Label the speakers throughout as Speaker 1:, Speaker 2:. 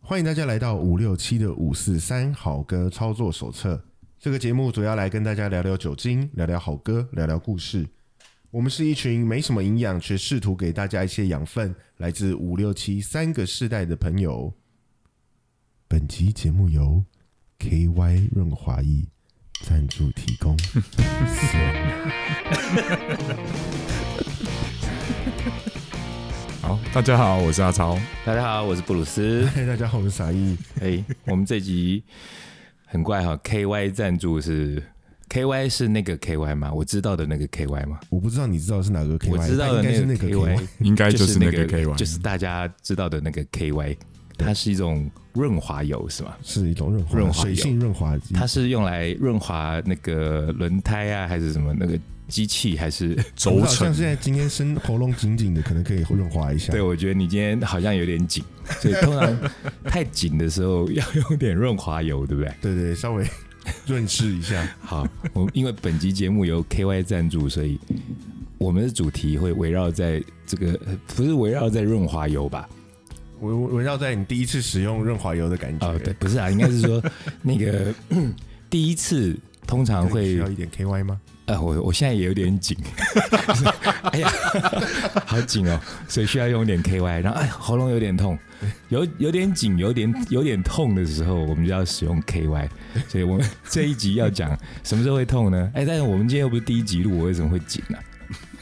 Speaker 1: 欢迎大家来到五六七的五四三好歌操作手册。这个节目主要来跟大家聊聊酒精，聊聊好歌，聊聊故事。我们是一群没什么营养，却试图给大家一些养分，来自五六七三个世代的朋友。本集节目由 KY 润滑液赞助提 供。
Speaker 2: 好，大家好，我是阿 超。
Speaker 3: 大家好，我是布鲁斯。
Speaker 1: 嗨，大家好，我是傻义。
Speaker 3: 哎、我们这集很怪哈、k y 赞助是 KY 是那个 KY 吗？我知道的那个 KY 吗？
Speaker 1: 我不知道你知道是哪个 KY，
Speaker 3: 我知道的
Speaker 1: 但应该是
Speaker 3: 那
Speaker 1: 那
Speaker 3: 个
Speaker 1: KY。
Speaker 2: 应该就
Speaker 3: 就是是
Speaker 2: 那
Speaker 3: 个
Speaker 2: 个 KY，
Speaker 3: 就是大家知道的那个 KY，它是一种润滑油是吗？
Speaker 1: 是一种润滑
Speaker 3: 润滑
Speaker 1: 水性润滑剂，
Speaker 3: 它是用来润滑那个轮胎啊，还是什么那个机器？还是
Speaker 1: 我不
Speaker 2: 轴
Speaker 1: 知道像
Speaker 2: 承
Speaker 1: 现在今天生喉咙紧紧的，可能可以润滑一下。
Speaker 3: 对，我觉得你今天好像有点紧，所以通常太紧的时候要用点润滑油，对不对？
Speaker 1: 对对，稍微 润饰一 下。
Speaker 3: 好，我们因为本集节目由 KY 赞助，所以我们的主题会围绕在这个，呃不是围绕在润滑油吧？
Speaker 1: 围围绕在你第一次使用润滑油的感觉。
Speaker 3: 哦，对，，不是啊，应该是说 那个第一次通常
Speaker 1: 需
Speaker 3: 会
Speaker 1: 要，一点 KY 吗？
Speaker 3: 呃，我我现在也有点紧， 哎呀，好紧哦，所以需要用点 KY，然后哎，喉咙有点痛，有有点紧，有点有点痛的时候，我们就要使用 KY，所以我们这一集要讲什么时候会痛呢？哎，但是我们今天又不是第一集录，我为什么会紧呢、啊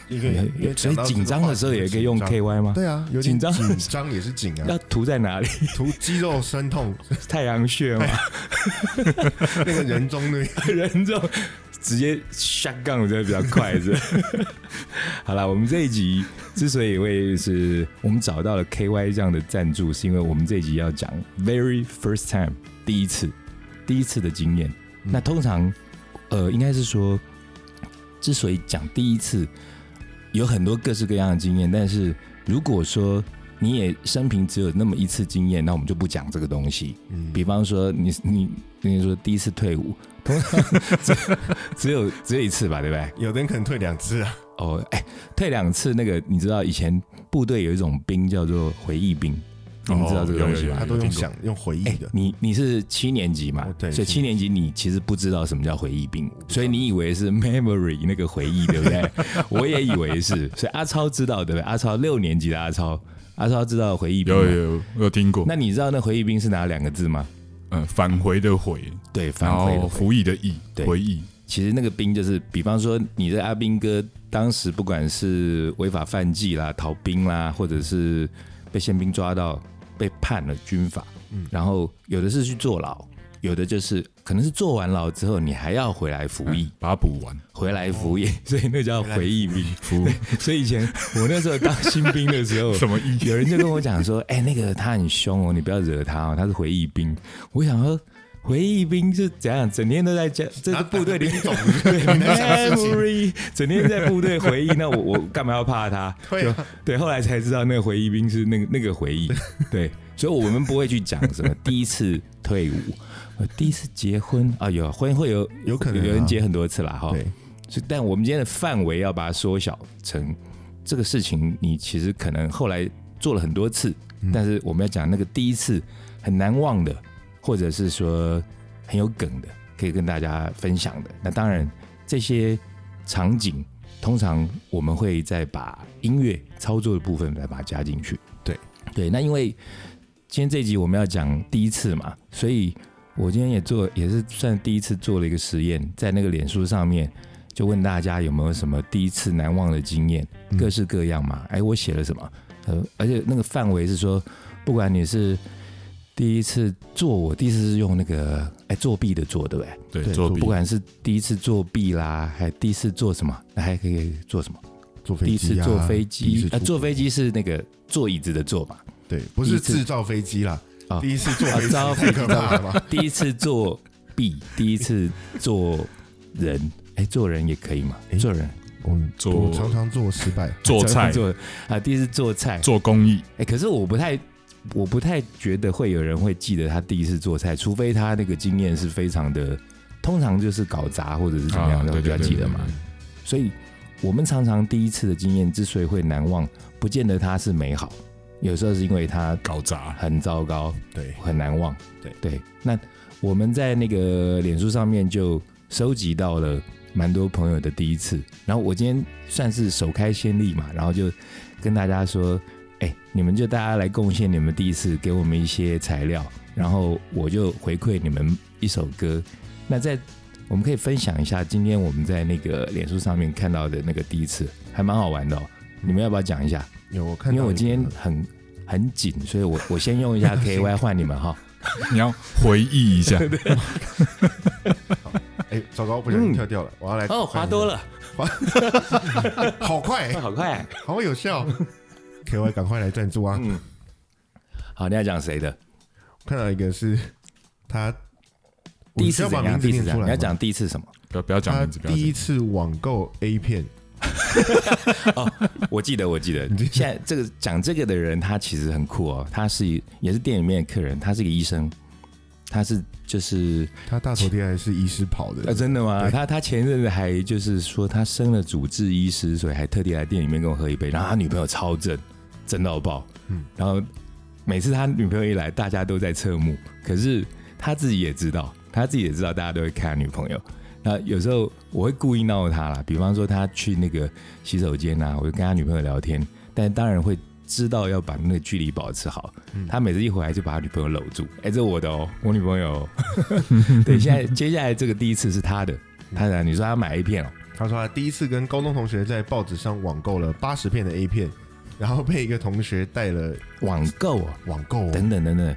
Speaker 1: 一个因为讲
Speaker 3: 所以
Speaker 1: 到这个
Speaker 3: 紧张的时候也可以用
Speaker 1: 话题
Speaker 3: KY 吗？
Speaker 1: 对啊，有点
Speaker 3: 紧张
Speaker 1: 紧张也是紧啊
Speaker 3: 要，涂在哪里？
Speaker 1: 涂肌肉酸痛，
Speaker 3: 太阳穴吗？
Speaker 1: 那个人中那 个
Speaker 3: 人这种直接 shut gun 我觉得比较快是吧。好啦，我们这一集之所以会是我们找到了 KY 这样的赞助，是因为我们这一集要讲 very first time 第一次第一次的经验。
Speaker 1: 嗯
Speaker 3: 那通常呃，应该是说，之所以讲第一次，有很多各式各样的经验，但是如果说你也生平只有那么一次经验，那我们就不讲这个东西。
Speaker 1: 嗯
Speaker 3: 比方说你你你说第一次退伍， 通常只只有只有一次吧，对不对？
Speaker 1: 有的人可能退两次啊，
Speaker 3: 哦，哎，退两次那个，你知道以前部队有一种兵叫做回忆兵，你们知道这个东
Speaker 2: 有
Speaker 3: 西
Speaker 2: 有有
Speaker 3: 吗？
Speaker 1: 他都用想用回忆
Speaker 3: 哎
Speaker 1: 的，。
Speaker 3: 你你是七年级嘛
Speaker 1: 哦？对
Speaker 3: 所以七年级你其实不知道什么叫回忆兵，所以你以为是 memory 那个回忆，对不对？我也以为是，所以阿超知道，对不对？阿超六年级的阿超，阿超知道回忆兵吗。
Speaker 2: 有有有有听过
Speaker 3: 那，你知道那回忆兵是哪两个字吗？
Speaker 2: 嗯，返回的回，
Speaker 3: 对，反
Speaker 2: 然
Speaker 3: 悔的
Speaker 2: 后
Speaker 3: 悔
Speaker 2: 服役的役，
Speaker 3: 对
Speaker 2: 回忆，
Speaker 3: 其实那个兵就是，比方说你的阿兵哥当时不管是违法犯纪啦、逃兵啦，或者是被宪兵抓到被判了军法，
Speaker 1: 嗯
Speaker 3: 然后有的是去坐牢，有的就是可能是坐完牢之后你还要回来服役，
Speaker 2: 把它补完，
Speaker 3: 回来服役， 所以那叫回役兵。
Speaker 2: 服
Speaker 3: 所以以前我那时候当新兵的时候，
Speaker 2: 什么役？
Speaker 3: 有人就跟我讲说，哎、那个他很凶哦，你不要惹他哦，他是回忆兵。我想说，回忆兵是怎样，整天都在家，这是部队里
Speaker 1: 兵种
Speaker 3: 对
Speaker 1: 在想事情
Speaker 3: memory，整天在部队回忆，那我我干嘛要怕他？
Speaker 1: 对啊，
Speaker 3: 哎对，后来才知道那个回忆兵是那个那个回忆，对，所以我们不会去讲什么第一次退伍，呃第一次结婚啊，有婚会有
Speaker 1: 有可能啊
Speaker 3: 有人结很多次啦哈，
Speaker 1: 对，
Speaker 3: 所以但我们今天的范围要把它缩小成这个事情，你其实可能后来做了很多次，
Speaker 1: 嗯
Speaker 3: 但是我们要讲那个第一次很难忘的，或者是说很有梗的，可以跟大家分享的。那当然，这些场景通常我们会再把音乐操作的部分再把它加进去。
Speaker 1: 对
Speaker 3: 对，那因为今天这一集我们要讲第一次嘛，所以我今天也做也是算第一次做了一个实验，在那个脸书上面就问大家有没有什么第一次难忘的经验，
Speaker 1: 嗯
Speaker 3: 各式各样嘛。哎，我写了什么？呃，而且那个范围是说，不管你是第一次做，我第一次是用那个哎作弊的做，对不对？
Speaker 2: 对，
Speaker 1: 对
Speaker 2: 作弊
Speaker 3: 不，管是第一次作弊啦，还第一次做什么，那还可以做什么？
Speaker 1: 坐飞
Speaker 3: 第一次
Speaker 1: 机啊，
Speaker 3: 坐飞
Speaker 1: 第一
Speaker 3: 机
Speaker 1: 次，
Speaker 3: 呃，
Speaker 1: 出
Speaker 3: 坐
Speaker 1: 国
Speaker 3: 飞机是那个坐椅子的坐嘛？
Speaker 1: 对，不
Speaker 3: 第
Speaker 1: 是
Speaker 3: 一次
Speaker 1: 制造飞机啦
Speaker 3: 啊，
Speaker 1: 第一次坐飞机
Speaker 3: 啊造
Speaker 1: 太可怕了吧？
Speaker 3: 第一次作弊，第一次做人，哎、做人也可以嘛？
Speaker 1: 哎
Speaker 3: 做人
Speaker 1: 我
Speaker 2: 做
Speaker 1: 我常常做失败，
Speaker 2: 做菜，
Speaker 3: 做啊，第一次做菜，
Speaker 2: 做公益，
Speaker 3: 哎、可是我不太，我不太觉得会有人会记得他第一次做菜，除非他那个经验是非常的，通常就是搞砸或者是怎么
Speaker 2: 啊
Speaker 3: 样，
Speaker 2: 对
Speaker 3: 然后就要
Speaker 2: 对对
Speaker 3: 记得嘛。所以，我们常常第一次的经验之所以会难忘，不见得它是美好，有时候是因为它
Speaker 2: 搞砸，
Speaker 3: 很糟糕，
Speaker 1: 对，
Speaker 3: 很难忘。
Speaker 1: 对
Speaker 3: 对，那我们在那个脸书上面就收集到了蛮多朋友的第一次，然后我今天算是首开先例嘛，然后就跟大家说，哎、你们就大家来贡献你们第一次，给我们一些材料，然后我就回馈你们一首歌。那在我们可以分享一下今天我们在那个脸书上面看到的那个第一次，还蛮好玩的哦。你们要不要讲一下？
Speaker 1: 有我看
Speaker 3: 因
Speaker 1: 到，
Speaker 3: 为我今天很很紧，所以我我先用一下 KY 换你们哈。
Speaker 2: 你要回忆一 下，
Speaker 1: 哎，糟糕，不小心跳掉了，我要来
Speaker 3: 嗯哦，滑多，了，
Speaker 1: 好快，
Speaker 3: 好快。啊
Speaker 1: 好有效。K Y，赶快来赞助啊！
Speaker 3: 嗯，好，你要讲谁的？
Speaker 1: 看到一个是他
Speaker 3: 第一
Speaker 1: 我需
Speaker 3: 次
Speaker 1: 要
Speaker 3: 怎
Speaker 1: 把
Speaker 3: 样？
Speaker 1: 名字
Speaker 3: 第一
Speaker 1: 念出
Speaker 3: 次
Speaker 1: 来
Speaker 3: 怎样？
Speaker 1: 吗
Speaker 3: 你要讲第一次 什么？
Speaker 2: 不要不要
Speaker 3: 啊
Speaker 2: 讲
Speaker 1: 他
Speaker 2: 名字，不要
Speaker 1: 第
Speaker 2: 讲
Speaker 1: 一次网购 A 片，
Speaker 3: 我记得，我记得。现在这个讲这个的人，他其实很酷哦，他是也是店里面的客人，他是个医生，他是就是
Speaker 1: 他大头贴还是医师跑
Speaker 3: 啊，
Speaker 1: 的，
Speaker 3: 真的吗？
Speaker 1: 对
Speaker 3: 他他前阵子还就是说他升了主治医师，所以还特地来店里面跟我喝一杯。然后他女朋友超正，正到爆。嗯
Speaker 1: 嗯，
Speaker 3: 然后每次他女朋友一来，大家都在侧目，可是他自己也知道，他自己也知道大家都会看他女朋友。那有时候我会故意闹他啦，比方说他去那个洗手间啊，我就跟他女朋友聊天，但当然会知道要把那个距离保持好。
Speaker 1: 嗯
Speaker 3: 他每次一回来就把他女朋友搂住，哎、这我的哦，我女朋友哦、 对，现在接下来这个第一次是他的，
Speaker 1: 嗯
Speaker 3: 他的，你说他买 A 片哦，
Speaker 1: 他说他第一次跟高中同学在报纸上网购了八十片的 A 片，然后被一个同学带了
Speaker 3: 网购哦，
Speaker 1: 网购哦、
Speaker 3: 等等等等。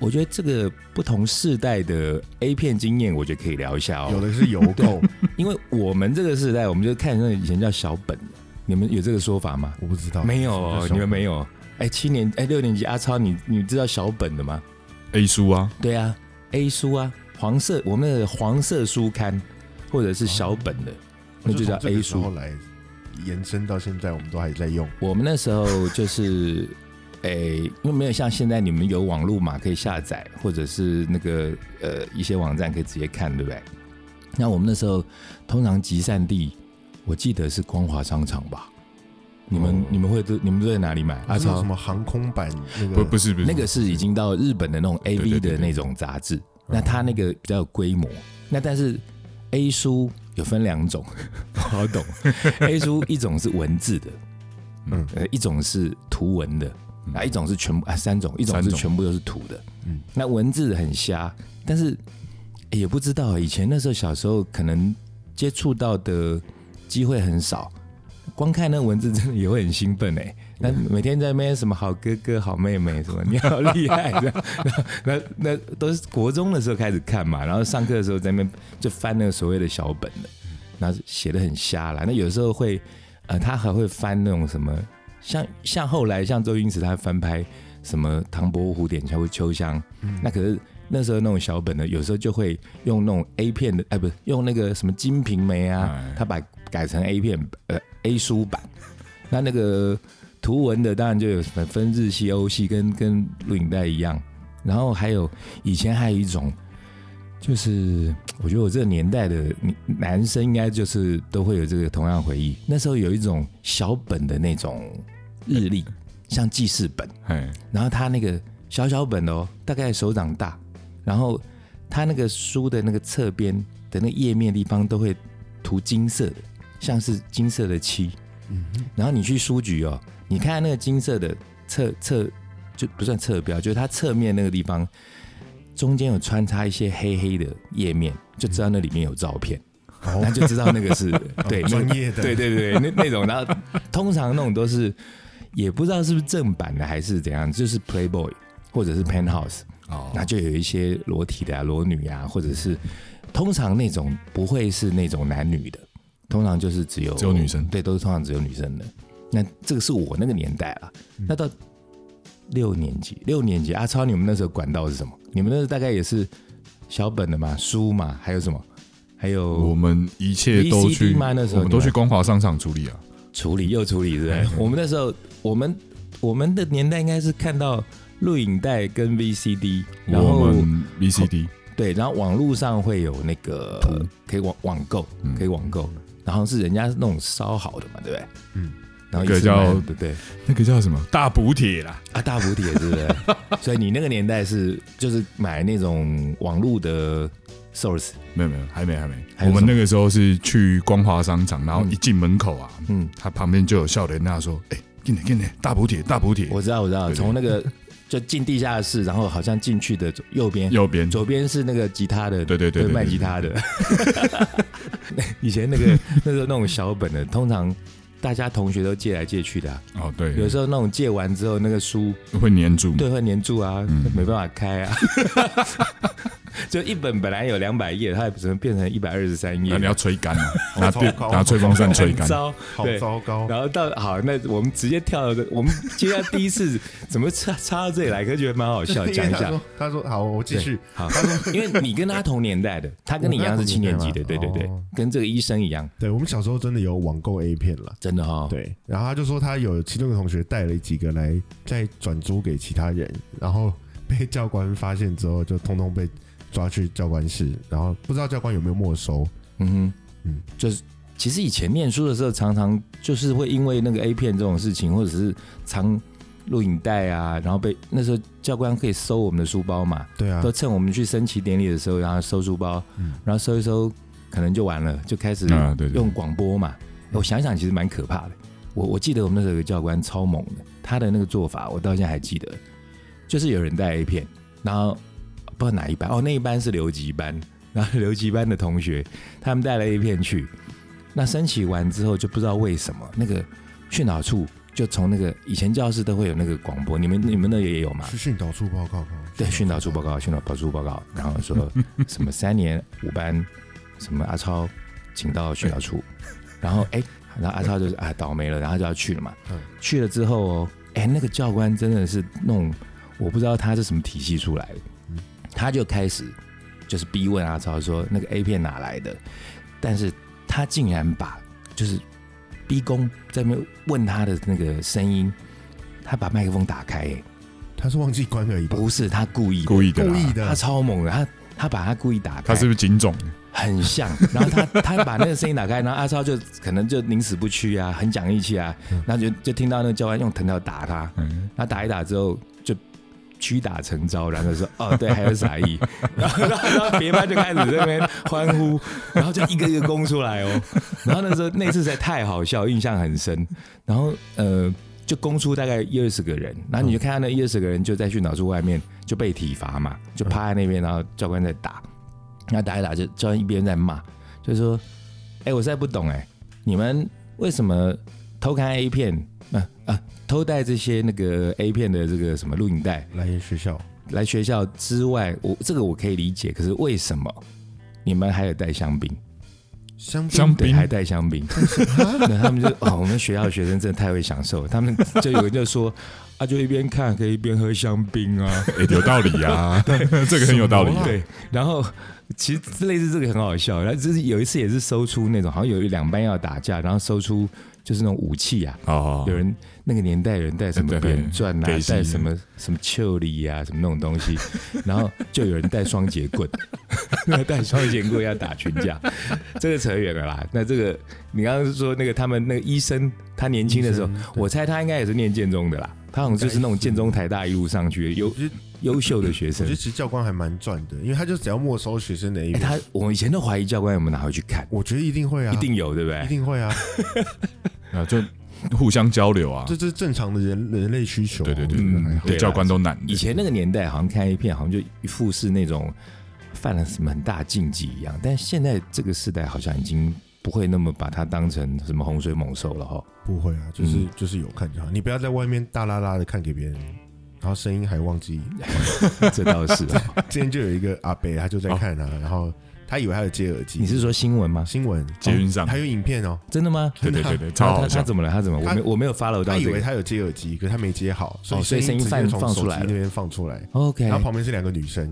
Speaker 3: 我觉得这个不同世代的 A 片经验，我觉得可以聊一下
Speaker 1: 有
Speaker 3: 哦。
Speaker 1: 的是邮购，
Speaker 3: 因为我们这个世代，我们就看那个以前叫小本，你们有这个说法吗？
Speaker 1: 我不知道，
Speaker 3: 没有
Speaker 1: 什么
Speaker 3: 哦
Speaker 1: 叫，小
Speaker 3: 你们没有。哎，七年哎六年级阿超，你你知道小本的吗？
Speaker 2: A 书啊，
Speaker 3: 对啊，A 书啊，黄色我们的黄色书刊或者是小本的，
Speaker 1: 我
Speaker 3: 那就叫
Speaker 1: 从这个
Speaker 3: A
Speaker 1: 时
Speaker 3: 书
Speaker 1: 候。来延伸到现在，我们都还在用。
Speaker 3: 我们那时候就是， 诶、因为没有像现在你们有网络嘛，可以下载，或者是那个呃一些网站可以直接看，对不对？那我们那时候通常集散地，我记得是光华商场吧？你们、
Speaker 2: 哦
Speaker 3: 你们会都你们都在哪里买？阿
Speaker 1: 不是有
Speaker 3: 超
Speaker 1: 什，么航空版那个
Speaker 2: 不不是不是
Speaker 3: 那个是已经到日本的那种 A
Speaker 2: 对
Speaker 3: V
Speaker 2: 对
Speaker 3: 的
Speaker 2: 对嗯
Speaker 3: 那种杂志，那它那个比较有规模。那但是 A 书有分两种，不好 懂。A 书一种是文字的，
Speaker 1: 嗯
Speaker 3: 呃，一种是图文的，啊，一种是全部啊三种，一种是
Speaker 2: 三种
Speaker 3: 全部都是图的。嗯
Speaker 1: 嗯，
Speaker 3: 那文字很瞎，但是、诶也不知道啊以前那时候小时候可能接触到的机会很少，光看那文字真的也会很兴奋哎、那每天在那边什么好哥哥、好妹妹什么，你好厉害这样， 那那那都是国中的时候开始看嘛，然后上课的时候在那边就翻那个所谓的小本的，然后写的很瞎啦。那有时候会，呃，他还会翻那种什么，像像后来像周星驰他翻拍什么《唐伯虎点秋秋香》那可是那时候那种小本的，有时候就会用那种 A 片的，哎，不是用那个什么《金瓶梅》啊
Speaker 2: 哎，
Speaker 3: 他把改成 A 片呃 A 书版，那那个图文的当然就有分分日系、欧系，跟跟录影带一样。然后还有以前还有一种，就是我觉得我这个年代的你男生应该就是都会有这个同样的回忆。那时候有一种小本的那种日历，像记事本，
Speaker 2: 哎
Speaker 3: 然后它那个小小本的哦，大概手掌大，然后它那个书的那个侧边的那个页面地方都会涂金色的，像是金色的漆。然后你去书局哦，你看那个金色的侧侧就不算侧标，就是它侧面那个地方中间有穿插一些黑黑的页面，就知道那里面有照片，
Speaker 1: 哦
Speaker 3: 那就知道那个是对 那
Speaker 1: 专业的，
Speaker 3: 对对对，那那种，然后通常那种都是也不知道是不是正版的还是怎样，就是 Playboy 或者是 Penthouse，
Speaker 2: 哦
Speaker 3: 那就有一些裸体的、啊、裸女啊，或者是通常那种不会是那种男女的，通常就是只有
Speaker 2: 只有女生
Speaker 3: 对，都是通常只有女生的。那这个是我那个年代了，
Speaker 2: 嗯
Speaker 3: 那到六年级，六年级阿超，你们那时候管道是什么？你们那时候大概也是小本的嘛，书嘛，还有什么？还
Speaker 2: 我
Speaker 3: 有
Speaker 2: 们一切都
Speaker 3: VCD
Speaker 2: 去，
Speaker 3: 吗那时候
Speaker 2: 我们都
Speaker 3: 你们
Speaker 2: 去光华商场处理啊。
Speaker 3: 处理又处理，对
Speaker 2: 嗯
Speaker 3: 不对？我们那时候，我们我们的年代应该是看到录影带跟 VCD，然
Speaker 2: 我
Speaker 3: 后哦
Speaker 2: 们 VCD
Speaker 3: 对，然后网络上会有那个
Speaker 2: 图嗯
Speaker 3: 可以网网购，可以网购，然后是人家那种烧好的嘛，对不对？
Speaker 1: 嗯，
Speaker 3: 然
Speaker 2: 那
Speaker 3: 后
Speaker 2: 个
Speaker 3: 一次
Speaker 2: 叫
Speaker 3: 买很多对
Speaker 2: 那个叫什么大补铁啦，
Speaker 3: 啊大补贴，对 不对？所以你那个年代是就是买那种网络的 source，
Speaker 2: 没有没有，还没还没。
Speaker 3: 还有
Speaker 2: 我
Speaker 3: 什么
Speaker 2: 们那个时候是去光华商场，然后
Speaker 3: 嗯
Speaker 2: 一进门口啊，
Speaker 3: 嗯，
Speaker 2: 他旁边就有笑脸娜说：“哎、进来进来，大补铁大补铁。
Speaker 3: 我知道我知道，
Speaker 2: 对对
Speaker 3: 从那个就进地下室，然后好像进去的左右”边，
Speaker 2: 右边
Speaker 3: 左边是那个吉他的，
Speaker 2: 对对对对
Speaker 3: 卖
Speaker 2: 对
Speaker 3: 吉他的。 以前那个那时候那种小本的，通常大家同学都借来借去的啊、
Speaker 2: 哦，对，
Speaker 3: 有时候那种借完之后，那个书
Speaker 2: 会粘住。
Speaker 3: 对会粘住啊，
Speaker 2: 嗯
Speaker 3: 没办法开啊。 就一本本来有两百页，它也只能变成一百二十三页
Speaker 2: 那你，要吹干 啊，拿
Speaker 1: 糟
Speaker 2: 电
Speaker 1: 糕
Speaker 2: 拿吹风扇吹
Speaker 3: 很
Speaker 2: 干。
Speaker 3: 糟。
Speaker 1: 好
Speaker 3: 对
Speaker 1: 糟糕。
Speaker 3: 然后到好，那我们直接跳到这，我们接下来第一次怎么插插到这里来，可是觉得蛮好笑，
Speaker 1: 因为
Speaker 3: 讲一
Speaker 1: 他
Speaker 3: 下
Speaker 1: 说。他说好，我继续。
Speaker 3: 好，因为你跟他同年代的，他跟你一样是七年级的，对对对
Speaker 1: 哦，
Speaker 3: 跟这个医生一样，
Speaker 1: 对我们小时候真的有网购 A 片了。
Speaker 3: 真的哈、哦。
Speaker 1: 对，然后他就说他有其中一个同学带了几个来，再转租给其他人，然后被教官发现之后，就通通被抓去教官室，然后不知道教官有没有没收。
Speaker 3: 嗯哼，嗯
Speaker 1: 嗯，
Speaker 3: 就是其实以前念书的时候，常常就是会因为那个 A 片这种事情，或者是藏录影带啊，然后被那时候教官可以搜我们的书包嘛，
Speaker 1: 对啊
Speaker 3: 都，趁我们去升旗典礼的时候，然后收书包，
Speaker 1: 嗯
Speaker 3: 然后收一收，可能就完了，就开始
Speaker 2: 啊对对对嗯
Speaker 3: 用广播嘛。我想想，其实蛮可怕的。我我记得我们那时候有个教官超猛的，他的那个做法我到现在还记得，就是有人带 A 片，然后不知道哪一班哦，那一班是留级班， 然后留级班的同学他们带了 A 片去，那升旗完之后就不知道为什么那个训导处就从那个以前教室都会有那个广播，你们你们那也有吗？
Speaker 1: 去训导处报告。
Speaker 3: 对，训导处报告，训导处报告，然后说什么三年五班，什么阿超，请到训导处，然后哎，然后阿超就是啊倒霉了，然后就要去了嘛
Speaker 1: 嗯，
Speaker 3: 去了之后哦，哎，那个教官真的是弄，我不知道他是什么体系出来的
Speaker 1: 嗯，
Speaker 3: 他就开始就是逼问阿超说那个 A 片哪来的，但是他竟然把就是逼宫在那边问他的那个声音，他把麦克风打开、哎
Speaker 1: 他是忘记关而已吧，
Speaker 3: 不是他故意的
Speaker 2: 故意的啦，
Speaker 1: 故意
Speaker 3: 他
Speaker 1: 的。
Speaker 3: 超猛的，他他把他故意打开，
Speaker 2: 他是不是警种？
Speaker 3: 很像，然后他他把那个声音打开，然后阿超就可能就宁死不屈啊，很讲义气啊，然后就就听到那个教官用藤条打他，
Speaker 2: 嗯，
Speaker 3: 然后打一打之后就屈打成招，然后就说哦对，还有傻意， 然后然后然后别班就开始在那边欢 呼，然后就一个一个攻出来哦，然后那时候那次实在太好笑，印象很深，然后呃。就攻出大概一二十个人，然后你就看到那一二十个人就在训导处外面就被体罚嘛，就趴在那边，然后教官在打，然后打一打就教官一边在骂，就说：“哎、我实在不懂哎、你们为什么偷看 A 片？啊啊，偷带这些那个 A 片的这个什么录影带
Speaker 1: 来学校，
Speaker 3: 来学校之外，我这个我可以理解，可是为什么你们还有带香槟？
Speaker 1: 香槟
Speaker 2: 香
Speaker 3: 对，
Speaker 2: 槟
Speaker 3: 还带 香槟。那他们就哦，我们学校的学生真的太会享受，他们就有人就说啊，就一边看可以一边喝香槟啊。
Speaker 2: 哎有道理 啊，这个很有道理。啊
Speaker 3: 对，然后其实类似这个很好笑，然后就是有一次也是搜出那种好像有一两班要打架，然后搜出就是那种武器啊，
Speaker 2: 哦，
Speaker 3: 有人那个年代有人带什么
Speaker 2: 对
Speaker 3: 扁钻啊
Speaker 2: 对，
Speaker 3: 带什么什么丘里啊，什么那种 东西，然后就有人带双节棍， 带双节棍要打群 架，这个扯远了啦。那这个你刚刚是说那个他们那个医生，他年轻的时候
Speaker 1: 医生，
Speaker 3: 我猜他应该也是念建中的啦，他好像就是那种建中台大一路上去的优
Speaker 1: 我觉得
Speaker 3: 优秀的学
Speaker 1: 我
Speaker 3: 生
Speaker 1: 觉得。其实教官还蛮赚的，因为他就只要没收学生的 A
Speaker 3: 哎
Speaker 1: 片，
Speaker 3: 他我以前都怀疑教官有没有拿回去看，
Speaker 1: 我觉得一定会啊，
Speaker 3: 一定有对不
Speaker 1: 一
Speaker 3: 对？
Speaker 1: 定会啊，
Speaker 2: 啊，就互相交流啊
Speaker 1: 这。这是正常的人人类需求啊。
Speaker 2: 对对对，
Speaker 3: 嗯
Speaker 2: 对
Speaker 3: 对啦
Speaker 2: 教官都难的。
Speaker 3: 以前那个年代好像看 A 片，好像就一副是那种犯了什么很大禁忌一样，但现在这个时代好像已经不会那么把它当成什么洪水猛兽了哈。
Speaker 1: 不会啊，就是、
Speaker 3: 嗯
Speaker 1: 就是有看就好，你不要在外面大拉拉的看给别人，然后声音还忘记。
Speaker 3: 这倒是哦，
Speaker 1: 之前就有一个阿伯，他就在看啊，然后他以为他有接耳机，
Speaker 3: 你是说新闻吗？
Speaker 1: 新闻
Speaker 2: 捷运上
Speaker 1: 还有影片哦，
Speaker 3: 真的吗？
Speaker 2: 对对对对，
Speaker 3: 他
Speaker 2: 超
Speaker 3: 他
Speaker 2: 好
Speaker 3: 他
Speaker 2: 笑。
Speaker 3: 怎么了？他怎么？我
Speaker 1: 他
Speaker 3: 没有我没有 follow
Speaker 1: 他
Speaker 3: 到
Speaker 1: 以
Speaker 3: 这
Speaker 1: 为
Speaker 3: 个。
Speaker 1: 他有接耳机，可是他没接好，所以
Speaker 3: 哦所以
Speaker 1: 声
Speaker 3: 声音
Speaker 1: 直
Speaker 3: 放
Speaker 1: 接从
Speaker 3: 放出
Speaker 1: 手机
Speaker 3: 来了
Speaker 1: 那边放出来，
Speaker 3: OK，
Speaker 1: 然后旁边是两个女生，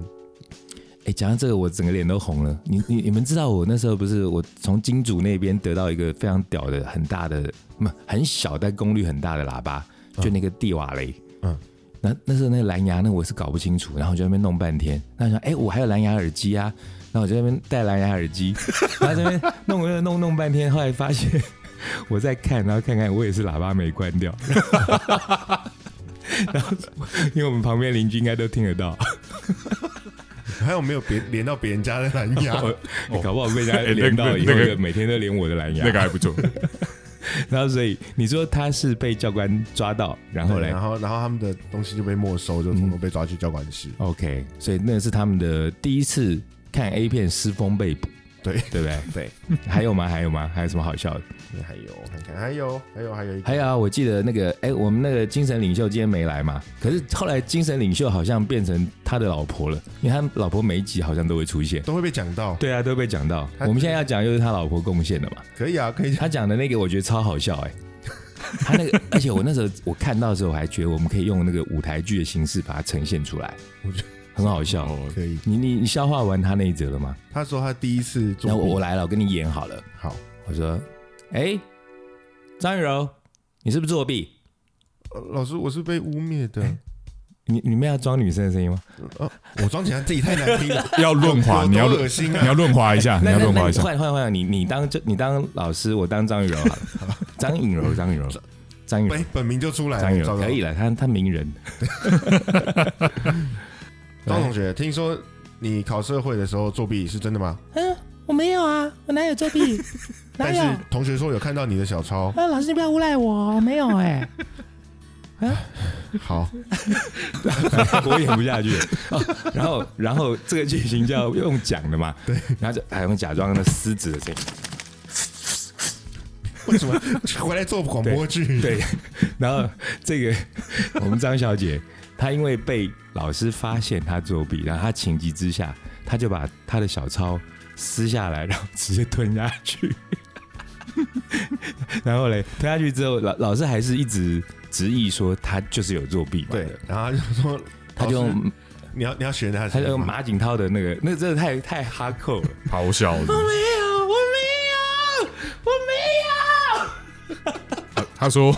Speaker 3: 哎，讲到这个，我整个脸都红了。你你你们知道，我那时候不是我从金主那边得到一个非常屌的、很大的、不很小但功率很大的喇叭，
Speaker 1: 嗯
Speaker 3: 就那个蒂瓦雷。
Speaker 1: 嗯，
Speaker 3: 那那时候那个蓝牙呢，我是搞不清楚，然后我就在那边弄半天。那我想，哎、我还有蓝牙耳机 啊，然后我就在那边戴蓝牙耳机，然后这边弄弄弄弄半天，后来发现我在看，然后看看我也是喇叭没关掉， 然后因为我们旁边邻居应该都听得到，
Speaker 1: 还有没有别连到别人家的 啊蓝牙？
Speaker 3: 搞不好被人家
Speaker 2: 哎那
Speaker 3: 连到以后，
Speaker 2: 那个
Speaker 3: 每天都连我的蓝牙。
Speaker 2: 那个还不 错，
Speaker 3: 然后所以你说他是被教官抓到，然后
Speaker 1: 对
Speaker 3: 嘞
Speaker 1: 然后然后他们的东西就被没收，就统统被抓去交管室。
Speaker 3: ，OK，所以那是他们的第一次看 A 片失风被捕，
Speaker 1: 对
Speaker 3: 对不对？
Speaker 1: 对，
Speaker 3: 还有吗？还有吗？还有什么好笑的？
Speaker 1: 还有我看看，还有还有还有一个
Speaker 3: 还有啊，我记得那个，哎、我们那个精神领袖今天没来嘛，可是后来精神领袖好像变成他的老婆了，因为他老婆每一集好像都会出现。
Speaker 1: 都会被讲到，
Speaker 3: 对啊，都被讲到。
Speaker 1: 他
Speaker 3: 我们现在要讲就是他老婆贡献的嘛，
Speaker 1: 可以啊，可 以讲。
Speaker 3: 他讲的那个我觉得超好笑哎、 他那个，而且我那时候我看到的时候，我还觉得我们可以用那个舞台剧的形式把它呈现出来，
Speaker 1: 我觉得
Speaker 3: 很好笑。
Speaker 2: 哦
Speaker 1: 可以。
Speaker 3: 你你你消化完他那一则了吗？
Speaker 1: 他说他第一次
Speaker 3: 那
Speaker 1: 做
Speaker 3: 我
Speaker 1: 弊
Speaker 3: 我来了，我跟你演好了。
Speaker 1: 好，
Speaker 3: 我说，哎、张玉柔，你是不是作弊？
Speaker 1: 呃老师我是被污蔑的，
Speaker 3: 你你们要装女生的声音吗？
Speaker 1: 呃，我装起来自己太难听 了，
Speaker 2: 要润滑，
Speaker 1: 有
Speaker 2: 你要
Speaker 1: 多恶
Speaker 2: 润，
Speaker 1: 心
Speaker 2: 你
Speaker 1: 啊！
Speaker 2: 要润滑一下，你
Speaker 3: 那
Speaker 2: 要
Speaker 3: 那
Speaker 2: 润
Speaker 3: 那
Speaker 2: 滑一
Speaker 3: 你
Speaker 2: 下。
Speaker 3: 换换换，你你当这你当老师，我当张雨柔好 了，张颖柔，张颖柔，张颖柔
Speaker 1: 本，哎本名就出来
Speaker 3: 张颖
Speaker 1: 了，
Speaker 3: 柔
Speaker 1: 糟糕
Speaker 3: 可以了，他他名 人，
Speaker 1: 张同学，听说你考社会的时候作弊是真的吗？
Speaker 4: 嗯，我没有啊，我哪有作 弊？哪
Speaker 1: 但
Speaker 4: 有？
Speaker 1: 是同学说有看到你的小抄，
Speaker 4: 啊，老师你不要诬赖我哦，我没有哎、
Speaker 1: 好，
Speaker 3: 我演不下去。哦然后然后这个剧情叫用讲的嘛，对，然后就还用假装那狮子的声音。
Speaker 1: 为什么回来做广播剧？
Speaker 3: 对，然后这个我们张小姐，她因为被老师发现她作弊，然后她情急之下，她就把她的小抄撕下来，然后直接吞下去。 然后嘞，吞下去之后，老老师还是一直执意说她就是有作弊嘛。
Speaker 1: 对，，然后他就说，
Speaker 3: 他就
Speaker 1: 老师
Speaker 3: 用
Speaker 1: 你要你要学他的
Speaker 3: 他
Speaker 1: 声
Speaker 3: 就
Speaker 1: 音
Speaker 3: 用
Speaker 1: 吗，
Speaker 3: 马景涛的那个，那真的太太哈扣了。
Speaker 2: 咆哮的。
Speaker 4: 我没有，我没有，我没有。
Speaker 2: 他说：“